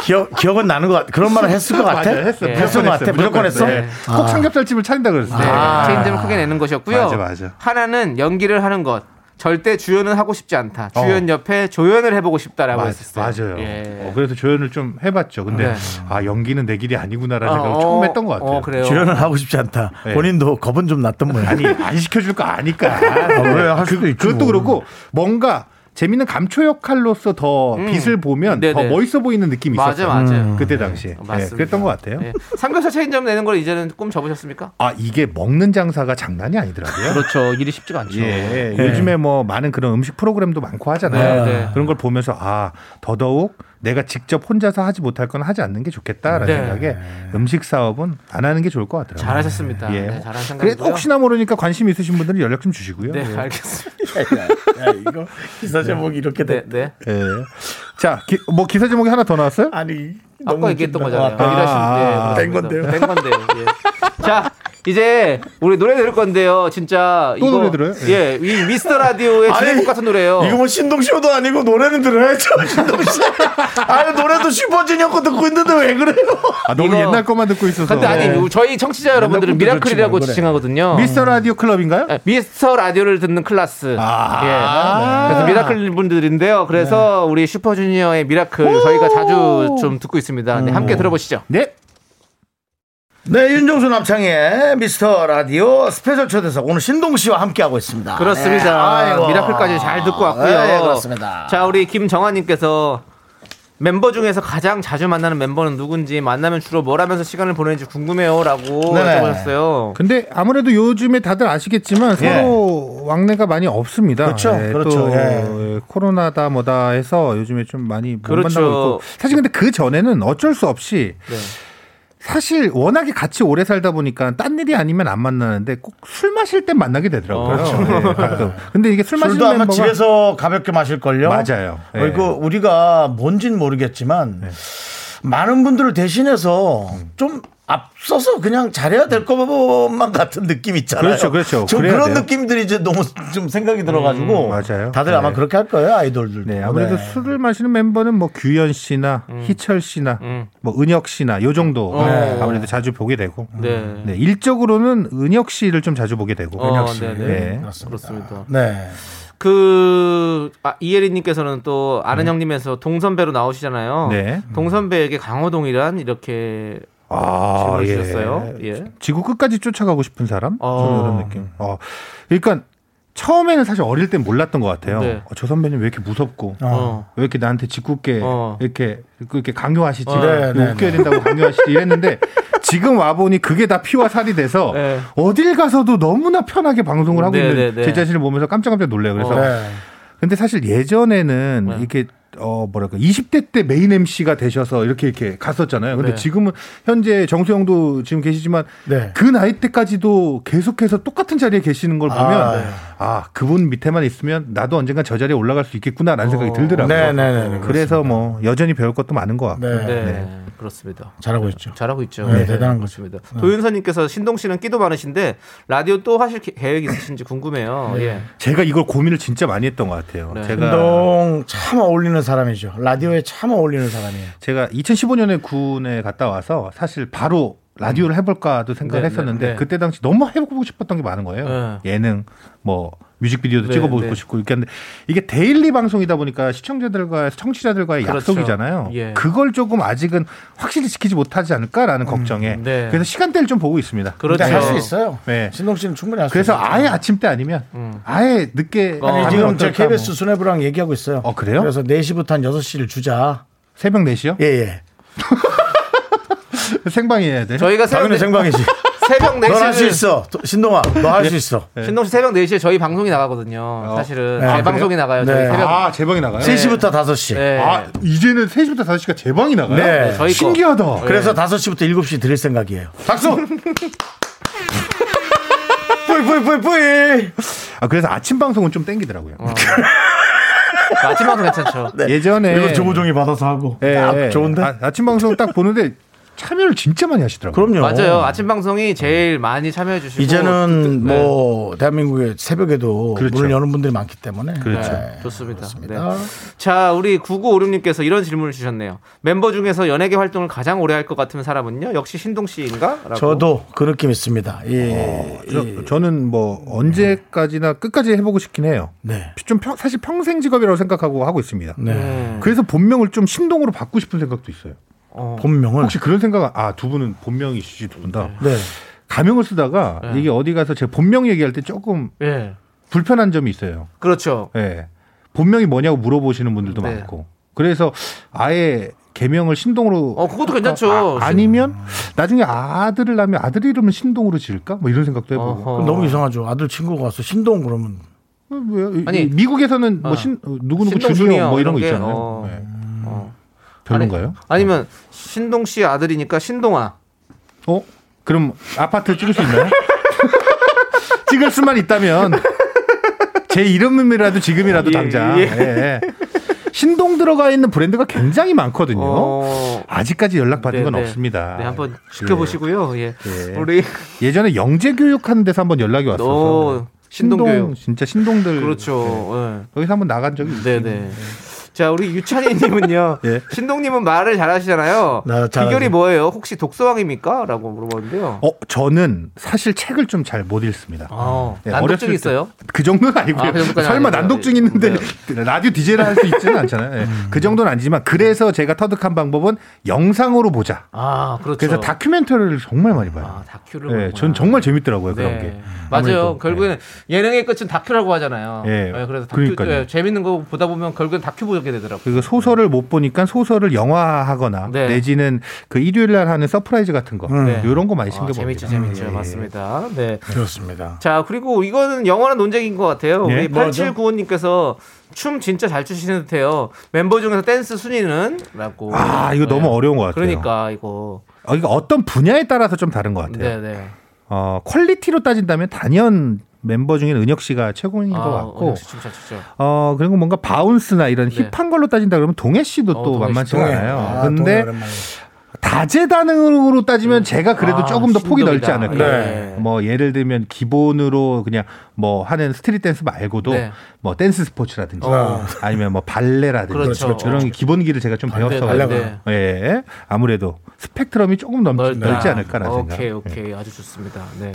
A: 기억 기억은 나는 것 같아. 그런 말을 했을
B: *laughs*
A: 것 같아.
H: 맞아요. 네, 했어.
B: 예.
A: 했을 것 같아. 무조건 했어.
H: 예. 꼭 삼겹살집을 차린다 그랬어요.
B: 네,
A: 아.
B: 체인점을 크게 내는 것이었고요.
H: 맞아, 맞아.
B: 하나는 연기를 하는 것. 절대 주연은 하고 싶지 않다. 주연 옆에 조연을 해보고 싶다라고
H: 어. 맞,
B: 했었어요.
H: 맞아요.
B: 예.
H: 어, 그래서 조연을 좀 해봤죠. 근데
B: 네.
H: 아 연기는 내 길이 아니구나라는 생각을
B: 어,
H: 처음 했던 것 같아요.
B: 어, 그래요.
A: 출연을 하고 싶지 않다.
B: 예.
H: 네.
A: 본인도 겁은 좀 났던 모양.
H: 아니 안 시켜줄 거 아니까.
A: 그래, 할 수도
H: 그,
A: 있지
H: 그것도
A: 뭐.
H: 그렇고 뭔가 재밌는 감초 역할로서 더 빛을 보면 더
B: 네네.
H: 멋있어 보이는 느낌이
B: 맞아,
H: 있었어요.
B: 맞아요.
H: 그때 당시에. 예,
B: 맞습니다.
H: 그랬던 것 같아요.
B: 예. 삼겹살 체인점 내는 걸 이제는 꿈 접으셨습니까?
H: 아, 이게 먹는 장사가
B: *laughs*
H: 장난이 아니더라고요.
B: 그렇죠. 일이 쉽지가 않죠.
H: 예, 요즘에 뭐 많은 그런 음식 프로그램도 많고 하잖아요.
B: 네, 네.
H: 그런 걸 보면서 아 더더욱 내가 직접 혼자서 하지 못할 건 하지 않는 게 좋겠다라는
B: 네.
H: 생각에 음식 사업은 안 하는 게 좋을 것 같더라고요.
B: 잘하셨습니다.
H: 예.
B: 네, 잘한 생각이고요.
H: 그래도 혹시나 모르니까 관심 있으신 분들은 연락 좀 주시고요.
B: 네, 알겠습니다.
H: *laughs*
A: 야, 이거 기사 제목이 이렇게
B: 네,
A: 됐.
B: 네.
H: 예. 자, 기, 뭐 기사 제목이 하나 더 나왔어요?
A: 아니 너무
B: 아까 얘기했던
A: 웃긴다.
B: 거잖아요.
H: 아,
B: 일하실
H: 아,
B: 때.
A: 된 건데요.
B: 된 건데요. 예. 자, 이제 우리 노래 들을 건데요. 진짜
H: 또 노래 들어요?
B: 예, 이 미스터 라디오의
A: 아니,
B: 주인공 같은 노래예요.
A: 이거 뭐 신동쇼도 아니고 노래는 들어야죠 신동쇼 아니 노래도 슈퍼주니어 거 듣고 있는데 왜 그래요
H: 아, 너무
B: 이거-
H: 옛날 것만 듣고 있어서.
B: 근데 아니
H: 네.
B: 저희 청취자 여러분들은
A: 분들
B: 미라클이라고
A: 예. 좋지 말고
B: 지칭하거든요.
H: 미스터 라디오 클럽인가요?
B: 아, 미스터 라디오를 듣는 클라스.
H: 아.
B: 예.
A: 네.
B: 그래서 미라클 분들인데요. 그래서 우리 슈퍼주니어의 미라클 저희가 자주 좀 듣고 있습니다. 네,
A: 음.
B: 함께 들어보시죠.
H: 네.
A: 네, 윤종수 남창의 미스터 라디오 스페셜 초대석 오늘 신동 씨와 함께 하고 있습니다.
B: 그렇습니다.
A: 네, 아이고.
B: 미라클까지 잘 듣고 왔고요.
A: 네, 그렇습니다.
B: 자, 우리 김정환님께서 멤버 중에서 가장 자주 만나는 멤버는 누군지 만나면 주로 뭘 하면서 시간을 보내는지 궁금해요라고
A: 네.
B: 여쭤보셨어요.
H: 근데 아무래도 요즘에 다들 아시겠지만 서로 왕래가 많이 없습니다.
A: 예. 그렇죠, 그렇죠,
H: 또
A: 예.
H: 예, 코로나다 뭐다 해서 요즘에 좀 많이 못
B: 그렇죠.
H: 만나고 있고 사실 근데 그 전에는 어쩔 수 없이
A: 네.
H: 사실 워낙에 같이 오래 살다 보니까 딴 일이 아니면 안 만나는데 꼭 술 마실 때 만나게 되더라고요. 예, 가끔. 근데 이게 술 마시는
A: 어, 그렇죠. 술도 아마
H: 멤버가
A: 집에서 가볍게 마실걸요?
H: 맞아요. 예. 네.
A: 그리고 우리가 뭔진 모르겠지만 많은 분들을 대신해서
H: 음.
A: 좀 앞서서 그냥 잘해야 될 것만 같은 느낌 있잖아요.
H: 그렇죠, 그렇죠.
A: 좀
H: 그래야
A: 그런
H: 돼요.
A: 느낌들이 이제 너무 좀 생각이 들어가지고
H: 맞아요.
A: 다들 아마
H: 네.
A: 그렇게 할 거예요, 아이돌들.
H: 네, 아무래도 술을 마시는 멤버는 뭐 규현 씨나
A: 음.
H: 희철 씨나
B: 음,
H: 뭐 은혁 씨나 요 정도
A: 어.
H: 아무래도 자주 보게 되고
A: 음,
B: 네.
H: 네, 일적으로는 은혁 씨를 좀 자주 보게 되고
B: 어,
H: 은혁 씨.
B: 네네.
H: 네.
B: 그렇습니다.
A: 네.
B: 그 아, 이예리님께서는 또
A: 음.
B: 아는 형님에서 동선배로 나오시잖아요.
H: 네.
B: 동선배에게 강호동이란 이렇게
H: 아,
B: 질문 주셨어요.
A: 네.
B: 예.
H: 지구 끝까지 쫓아가고 싶은 사람?
B: 어.
H: 좀 이런 느낌. 어. 그러니까 처음에는 사실 어릴 땐 몰랐던 것 같아요.
B: 네.
H: 어, 저 선배님 왜 이렇게 무섭고
B: 어.
H: 왜 이렇게 나한테 짓궂게
B: 어.
H: 이렇게 그렇게 강요하시지?
B: 어.
A: 네, 네,
H: 웃겨야 된다고 강요하시지 이랬는데 지금 와 보니 그게 다 피와 살이 돼서
B: 네.
H: 어딜 가서도 너무나 편하게 방송을 하고
B: 네,
H: 있는
B: 네, 네.
H: 제 자신을 보면서 깜짝깜짝 놀래요. 그래서
B: 어.
A: 네.
H: 근데 사실 예전에는 이렇게 어 뭐랄까 20대 때 메인 MC가 되셔서 이렇게 이렇게 갔었잖아요. 근데
B: 네.
H: 지금은 현재 정수영도 지금 계시지만
A: 네.
H: 그 나이 때까지도 계속해서 똑같은 자리에 계시는 걸 보면
A: 아,
H: 아,
A: 네.
H: 그분 밑에만 있으면 나도 언젠간 저 자리에 올라갈 수 있겠구나라는 생각이 들더라고요.
A: 네, 네, 네, 네,
H: 그래서 뭐 여전히 배울 것도 많은 것 같고.
A: 네.
B: 네. 그렇습니다.
A: 잘하고 있죠.
B: 잘하고 있죠.
A: 네, 대단한 거죠.
B: 그렇습니다. 도윤서님께서 신동 씨는 끼도 많으신데 라디오 또 하실 게- 계획 있으신지 궁금해요.
A: 네.
B: 예.
H: 제가 이걸 고민을 진짜 많이 했던 것 같아요.
B: 네.
H: 제가
A: 운동 참 어울리는 사람이죠. 라디오에 참 어울리는 사람이에요.
H: 제가 2015년에 군에 갔다 와서 사실 바로 라디오를 해볼까도 생각을
B: 네,
H: 했었는데
B: 네, 네.
H: 그때 당시 너무 해보고 싶었던 게 많은 거예요. 예능, 뭐 뮤직비디오도
B: 네,
H: 찍어보고
B: 네.
H: 싶고 이렇게 하는데 이게 데일리 방송이다 보니까 시청자들과 청취자들과의
B: 그렇죠.
H: 약속이잖아요.
B: 예.
H: 그걸 조금 아직은 확실히 지키지 못하지 않을까라는 걱정에
B: 네.
H: 그래서 시간대를 좀 보고 있습니다.
B: 그렇죠.
A: 할 수 있어요.
H: 네.
A: 신동 씨는 충분히 할 수
H: 그래서
A: 있어요.
H: 아예 아침 때 아니면
B: 음.
H: 아예 늦게
A: 아니,
H: 가면
A: 지금 저
H: 어떨까
A: KBS
H: 뭐.
A: 수뇌부랑 얘기하고 있어요.
H: 어, 그래요?
A: 그래서 4시부터 한 6시를 주자.
H: 새벽 4시요?
A: 예, 예.
H: *laughs* 생방이어야 돼.
B: 저희가
A: 당연히
B: 새벽 네- *laughs*
A: 생방이지. 예. *laughs*
B: 새벽
A: 넌 할 수
B: 4시에
A: 있어. 도- 신동아, 너 할 수 있어.
B: 신동 씨 새벽 4시에 저희 방송이 나가거든요. 사실은
A: 네.
B: 제 방송이 나가요.
A: 네.
B: 저희 새벽
H: 아, 제방이 나가요?
A: 3시부터 5시.
B: 네.
H: 아, 이제는 3시부터 5시가 제방이 나가요?
A: 네.
B: 네, 저희 거.
H: 신기하다.
A: 그래서 5시부터 7시 드릴 생각이에요.
H: 박수!
A: 뿌이, 뿌이, 뿌이, 뿌이.
H: 아, 그래서 아침 방송은 좀 땡기더라고요.
B: 아침 방송
A: *laughs*
B: 괜찮죠.
A: 네.
H: 예전에.
A: 이거 조우종이 받아서 하고.
H: 예,
A: 아,
H: 예.
A: 좋은데?
H: 아, 아침 방송 딱 보는데 참여를 진짜 많이 하시더라고요.
A: 그럼요.
B: 맞아요. 아침 방송이 제일 많이 참여해 주시고
A: 어. 이제는 뭐, 대한민국의 새벽에도
H: 그렇죠.
A: 문을 여는 분들이 많기 때문에.
H: 그렇죠.
A: 네.
B: 좋습니다. 네. 자, 우리 9956님께서 이런 질문을 주셨네요. 멤버 중에서 연예계 활동을 가장 오래 할 것 같은 사람은요? 역시 신동 씨인가? 라고.
A: 저도 그 느낌 있습니다. 예.
H: 저, 저는 뭐 언제까지나 끝까지 해보고 싶긴 해요.
A: 네.
H: 좀 평- 사실 평생 직업이라고 생각하고 하고 있습니다.
A: 네.
H: 그래서 본명을 좀 신동으로 바꾸고 싶은 생각도 있어요.
A: 본명은.
H: 혹시 그런 생각, 아, 두 분은 본명이시지, 두 분 다.
A: 네.
H: 가명을 쓰다가 이게 어디 가서 제 본명 얘기할 때 조금
B: 예.
H: 불편한 점이 있어요.
B: 그렇죠.
H: 예. 본명이 뭐냐고 물어보시는 분들도
B: 네.
H: 많고. 그래서 아예 개명을 신동으로
B: 어, 그것도 괜찮죠.
H: 아, 니면 나중에 아들을 낳으면 아들 이름을 신동으로 지을까? 뭐 이런 생각도 해보고.
B: 어허.
A: 너무 이상하죠. 아들 친구가 와서 신동 그러면
H: 어, 뭐야?
B: 아니,
H: 아니 미국에서는
B: 어.
H: 뭐 신 누구누구
B: 신동
H: 주준형
B: 주니어
H: 뭐 이런 거
B: 이런 게,
H: 있잖아요.
B: 어.
H: 네.
B: 어.
H: 별론가요?
B: 아니, 아니면 신동 씨 아들이니까 신동아.
H: 어? 그럼 아파트 찍을 수 있나요? *laughs* 찍을 수만 있다면 제 이름이라도 지금이라도
B: 예,
H: 당장.
B: 예.
H: 예. 신동 들어가 있는 브랜드가 굉장히 많거든요.
B: 어.
H: 아직까지 연락 받은
B: 네,
H: 건
B: 네.
H: 없습니다.
B: 네, 한번 지켜보시고요. 예.
H: 예.
B: 우리
H: 예. 전에 영재 교육하는 데서 한번 연락이 왔어서
B: 너 신동 교육.
H: 진짜 신동들
B: *laughs* 그렇죠.
H: 예. 여기서 한번 나간 적이
B: 네,
H: 있어요.
B: 네. 자, 우리 유찬이님은요.
H: 음. *laughs* 예.
B: 신동님은 말을 잘하시잖아요.
A: 나 잘하지.
B: 비결이 뭐예요? 혹시 독서왕입니까?라고 물어보는데요.
H: 어, 저는 사실 책을 좀 잘 못 읽습니다.
B: 아,
H: 예, 어렸을
B: 난독증
H: 때-
B: 있어요?
H: 그 정도는 아니고요.
B: 아, 그 정도까지는
H: 설마
B: 아니고요. 네.
H: 난독증 있는데 네. 라디오 DJ를 할 수 있지는 않잖아요. 예.
B: 음.
H: 그 정도는 아니지만 그래서 제가 터득한 방법은 영상으로 보자.
B: 아, 그렇죠.
H: 그래서 다큐멘터리를 정말 많이 봐요.
B: 아, 다큐를
H: 예,
B: 보는구나.
H: 전 정말 재밌더라고요 그런
B: 네.
H: 게.
B: 맞아요.
H: 아무래도.
B: 결국에는 예능의 끝은 다큐라고 하잖아요.
H: 예.
B: 예, 그래서 다큐
H: 그러니까요.
B: 예, 재밌는 거 보다 보면 결국엔 다큐 보게 되더라고요. 어,
H: 그리고 소설을 못 보니까 소설을 영화하거나
B: 네.
H: 내지는 그 일요일 날 하는 서프라이즈 같은 거
A: 음.
B: 네.
H: 이런 거 많이
B: 아,
H: 챙겨 봅니다. 음.
B: 재밌죠, 재밌죠. 맞습니다. 네.
A: 그렇습니다.
B: 자, 그리고 이거는 영원한 논쟁인 것 같아요.
H: 예,
B: 우리
H: 뭐죠?
B: 8795님께서 춤 진짜 잘 추시는 듯해요. 멤버 중에서 댄스 순위는? 라고.
H: 아 이거 너무
B: 예.
H: 어려운 것 같아요.
B: 그러니까 이거.
H: 어, 이거 어떤 분야에 따라서 좀 다른 것 같아요.
B: 네, 네.
H: 어, 퀄리티로 따진다면 단연 member 중에 은혁 씨가 최고인 것 같고
B: 역시 춤잘 추죠.
H: 어 그리고 뭔가 바운스나 이런
B: 아, 네.
H: 힙한 걸로 따진다 그러면 동해 씨도
B: 어,
H: 또
B: 동해
H: 만만치
A: 동해.
H: 않아요.
A: 아, 동해
H: 근데
A: 오랜만에.
H: 다재다능으로 따지면 제가 그래도
B: 아,
H: 조금 더 폭이 넓지
B: 신동이다.
H: 않을까.
B: 네.
H: 뭐 예를 들면 기본으로 그냥 뭐 하는 스트릿 댄스 말고도
B: 네.
H: 뭐 댄스 스포츠라든지
B: 어.
H: 아니면 뭐 발레라든지
B: 그렇죠.
H: 이런 기본기를 제가 좀
B: 발레,
H: 배웠어
B: 발레.
H: 가지고 예 아무래도 스펙트럼이 조금 넘,
B: 넓다.
H: 넓지 않을까라는 생각.
B: 아,
H: 예. 음.
B: 오케이 오케이 아주 좋습니다. 네.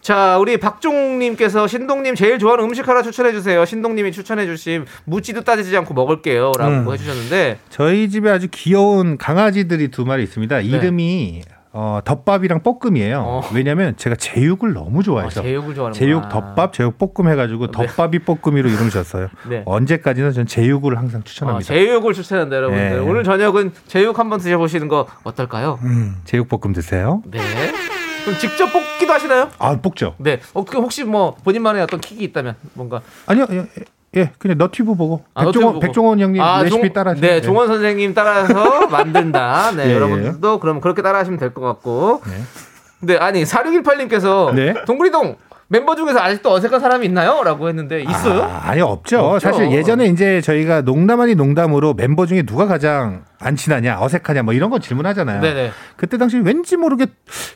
B: 자 우리 박종님께서 신동님 제일 좋아하는 음식 하나 추천해 주세요. 신동님이 추천해 주신 묻지도 따지지 않고
H: 음.
B: 먹을게요라고 해주셨는데
H: 저희 집에 아주 귀여운 강아지들이 두 마리 있습니다. 이름이 어, 덮밥이랑 볶음이에요.
B: 네. 어.
H: 왜냐면 제가 제육을 너무 좋아해서
B: 아, 제육을 좋아하는구나.
H: 그렇죠.
B: 어,
H: 제육 덮밥, 제육 볶음 해가지고 덮밥이 볶음이로 이름을 졌어요.
B: *laughs* 네.
H: 언제까지나 전 제육을 항상
B: 어,
H: 추천합니다.
B: 제육을 추천한다 여러분들.
H: 네.
B: 오늘 저녁은 제육 한번 드셔보시는 거 어떨까요?
H: 제육 볶음 드세요.
B: 네. 그럼 직접 볶기도 하시나요?
H: 아 볶죠.
B: 네. 어, 그 혹시 뭐 본인만의 어떤 킥이 있다면 뭔가
H: 아니요, 예, 예, 그냥 너튜브 보고
B: 아,
H: 백종원
B: 너튜브 보고.
H: 백종원 형님
B: 아,
H: 레시피
B: 종-
H: 따라.
B: 네, 종원 선생님
H: *laughs*
B: 따라서 만든다. 네,
H: 예,
B: 여러분들도 그럼 그렇게 따라하시면 될 것 같고. 네. 아니 4618님께서
H: 네.
B: 동그리동 멤버 중에서 아직도 어색한 사람이 있나요?라고 했는데 있어요?
H: 아, 아니 없죠.
B: 없죠.
H: 사실 예전에 이제 저희가 농담 아니 농담으로 멤버 중에 누가 가장 안 친하냐, 어색하냐 뭐 이런 거 질문하잖아요.
B: 네네.
H: 그때 당시 왠지 모르게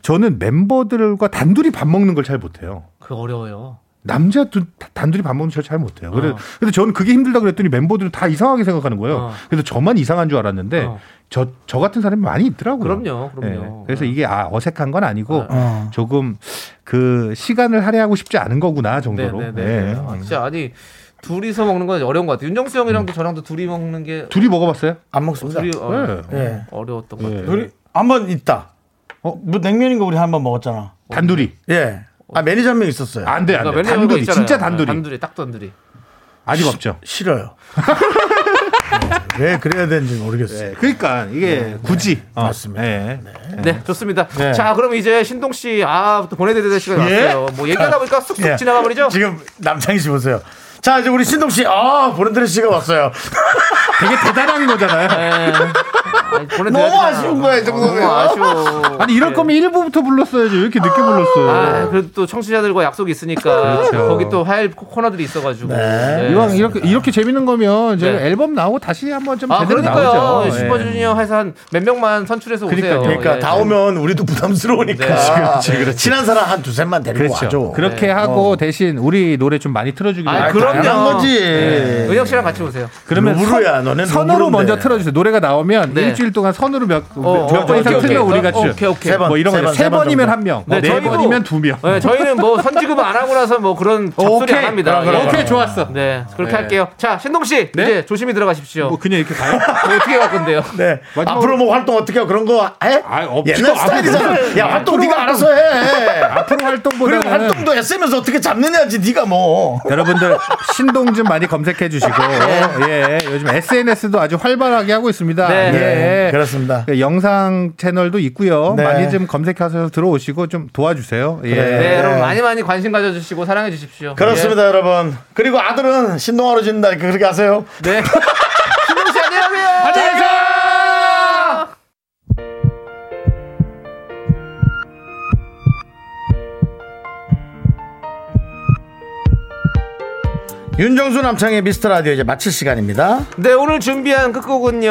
H: 저는 멤버들과 단둘이 밥 먹는 걸 잘 못해요.
B: 그 어려워요.
H: 남자 두, 단둘이 밥 먹는 걸 잘 못해요. 그래,
B: 어.
H: 근데 저는 그게 힘들다 그랬더니 멤버들은 다 이상하게 생각하는 거예요.
B: 어.
H: 그래서 저만 이상한 줄 알았는데
B: 어.
H: 저, 저 같은 사람이 많이 있더라고요.
B: 그럼요, 그럼요.
H: 네. 그래서
B: 어.
H: 이게 아, 어색한 건 아니고
A: 어.
H: 조금 그 시간을 할애하고 싶지 않은 거구나 정도로.
B: 네네네.
H: 예.
B: 아, 진짜 아니 둘이서 먹는 건 어려운 것 같아요. 윤정수 형이랑도
H: 음.
B: 저랑도 둘이 먹는 게
H: 둘이 먹어봤어요?
A: 안 먹습니다.
B: 둘이 어,
H: 예.
A: 예.
B: 어려웠던 것
H: 예.
B: 같아요.
A: 우리 한번 있다.
H: 어?
A: 뭐 냉면인 거 우리 한 번 먹었잖아.
H: 단둘이.
A: 예. 아 매니저 한 명 있었어요.
H: 안 돼, 안
B: 그러니까
H: 돼.
B: 맨날 이거
H: 단둘이.
B: 있잖아요.
H: 진짜 단둘이.
B: 단둘이 딱 단둘이.
H: 아직 없죠. 예.
A: 싫어요. 네, 왜 그래야 되는지 모르겠어요.
H: 그러니까 이게 굳이. 어,
A: 맞습니다.
H: 예.
B: 네, 좋습니다. 자, 그럼 이제 신동 씨, 아, 또 보내드릴 시간이
A: 예?
B: 왔어요. 뭐 얘기하다 보니까 쑥쑥
A: 예.
B: 지나가 버리죠?
A: 지금 남창희 씨 보세요. 자 이제 우리 신동 씨, 아 보른드레 씨가 왔어요.
H: 되게 대단한 거잖아요.
B: 예. 아니, 보내드려야
A: 너무
B: 되나.
A: 아쉬운 거야, 이 정도면.
B: 너무 아쉬워.
H: 아니 이럴
B: 예.
H: 거면 1부부터 불렀어야지 왜 이렇게 늦게 불렀어요?
B: 아, 그래도 또 청취자들과 약속이 있으니까
H: 그렇죠. 네.
B: 거기 또 화요일 코- 코너들이 있어가지고. 예.
H: 이왕 이렇게 이렇게 재밌는 거면 저희
B: 네.
H: 앨범 나오고 다시 한번 좀
B: 아,
H: 제대로
B: 그러니까요.
H: 나오죠. 예.
B: 슈퍼주니어 해서 한 몇 명만 선출해서 오세요.
H: 그러니까요.
A: 그러니까
B: 예.
A: 다 오면 우리도 부담스러우니까.
H: 네. 아, 그렇지, 그렇지, 그렇지.
A: 친한 사람 한 두세만 데리고
H: 그렇죠.
A: 와줘.
H: 그렇게 하고 대신 우리 노래 좀 많이 틀어주기로.
B: 어. 아,
H: 해요. 네.
B: 그럼요.
A: 당연한 거지. 예.
B: 네. 은혁 씨랑 같이 오세요.
H: 그러면
A: 루브르야, 너는
H: 선으로
A: 누구인데.
H: 먼저 틀어주세요. 노래가 나오면
B: 네.
H: 일주일 동안 선으로 몇 번
B: 어, 어,
H: 이상
B: 오케이,
H: 틀면
B: 오케이.
H: 우리가
B: 어, 오케이, 오케이.
H: 세 번, 뭐 이런
A: 세
H: 거죠.
A: 번,
H: 세
A: 세번
H: 번이면
A: 정도.
H: 한 명,
B: 네,
H: 네,
B: 저희도-
H: 번이면 두 명.
B: 네, 저희는 뭐 선지급 안 하고 나서 뭐 그런 잡소리 안 합니다.
H: 아, 그럼, 그럼,
B: 예.
H: 오케이, 좋았어.
B: 네, 그렇게
H: 네.
B: 할게요. 자, 신동 씨,
H: 네?
B: 이제 조심히 들어가십시오.
H: 뭐 그냥 이렇게 가요?
B: 뭐 어떻게 갈 건데요?
A: 네.
H: 마지막으로-
A: 앞으로 뭐 활동 어떻게 해요? 그런 거 해?
H: 아, 없죠.
A: 옛날 스타일이잖아.
H: 앞으로-
A: 야, 활동
H: 앞으로
A: 네가
H: 활동-
A: 알아서 해.
H: *laughs* 앞으로 활동보다는
A: 그리고 활동도 SM에서 어떻게 잡느냐지 네가 뭐.
H: 여러분들 신동 좀 많이 검색해 주시고 예, 요즘 SNS도 아주 활발하게 하고 있습니다.
B: 네.
H: 예.
A: 네, 그렇습니다.
H: 그 영상 채널도 있고요.
A: 네.
H: 많이 좀 검색해서 들어오시고 좀 도와주세요. 예.
B: 네, 여러분 많이 많이 관심 가져주시고 사랑해 주십시오. 예.
A: 그렇습니다, 여러분. 그리고 아들은 신동아로 짓는다. 이렇게 그렇게 하세요.
B: 예. 네. 신동 씨 안녕하세요.
A: 윤정수 남창의 미스터 라디오 이제 마칠 시간입니다.
B: 네, 오늘 준비한 끝곡은요.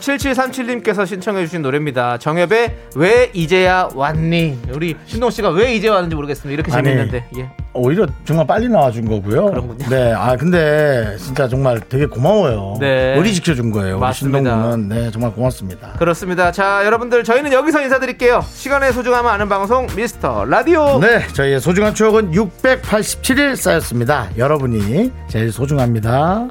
B: 7737님께서 신청해 주신 노래입니다. 정엽의 왜 이제야 왔니? 우리 신동 씨가 왜 이제 왔는지 모르겠습니다. 이렇게
A: 아니.
B: 재밌는데. 예.
A: 오히려 정말 빨리 나와준 거고요.
B: 그런군요.
A: 네, 아 근데 진짜 정말 되게 고마워요.
B: 네.
A: 의리 지켜준 거예요. 우리
B: 맞습니다.
A: 신동훈은 네 정말 고맙습니다.
B: 그렇습니다. 자, 여러분들 저희는 여기서 인사드릴게요. 시간의 소중함을 아는 방송 미스터 라디오.
A: 네, 저희의 소중한 추억은 687일 쌓였습니다. 여러분이 제일 소중합니다.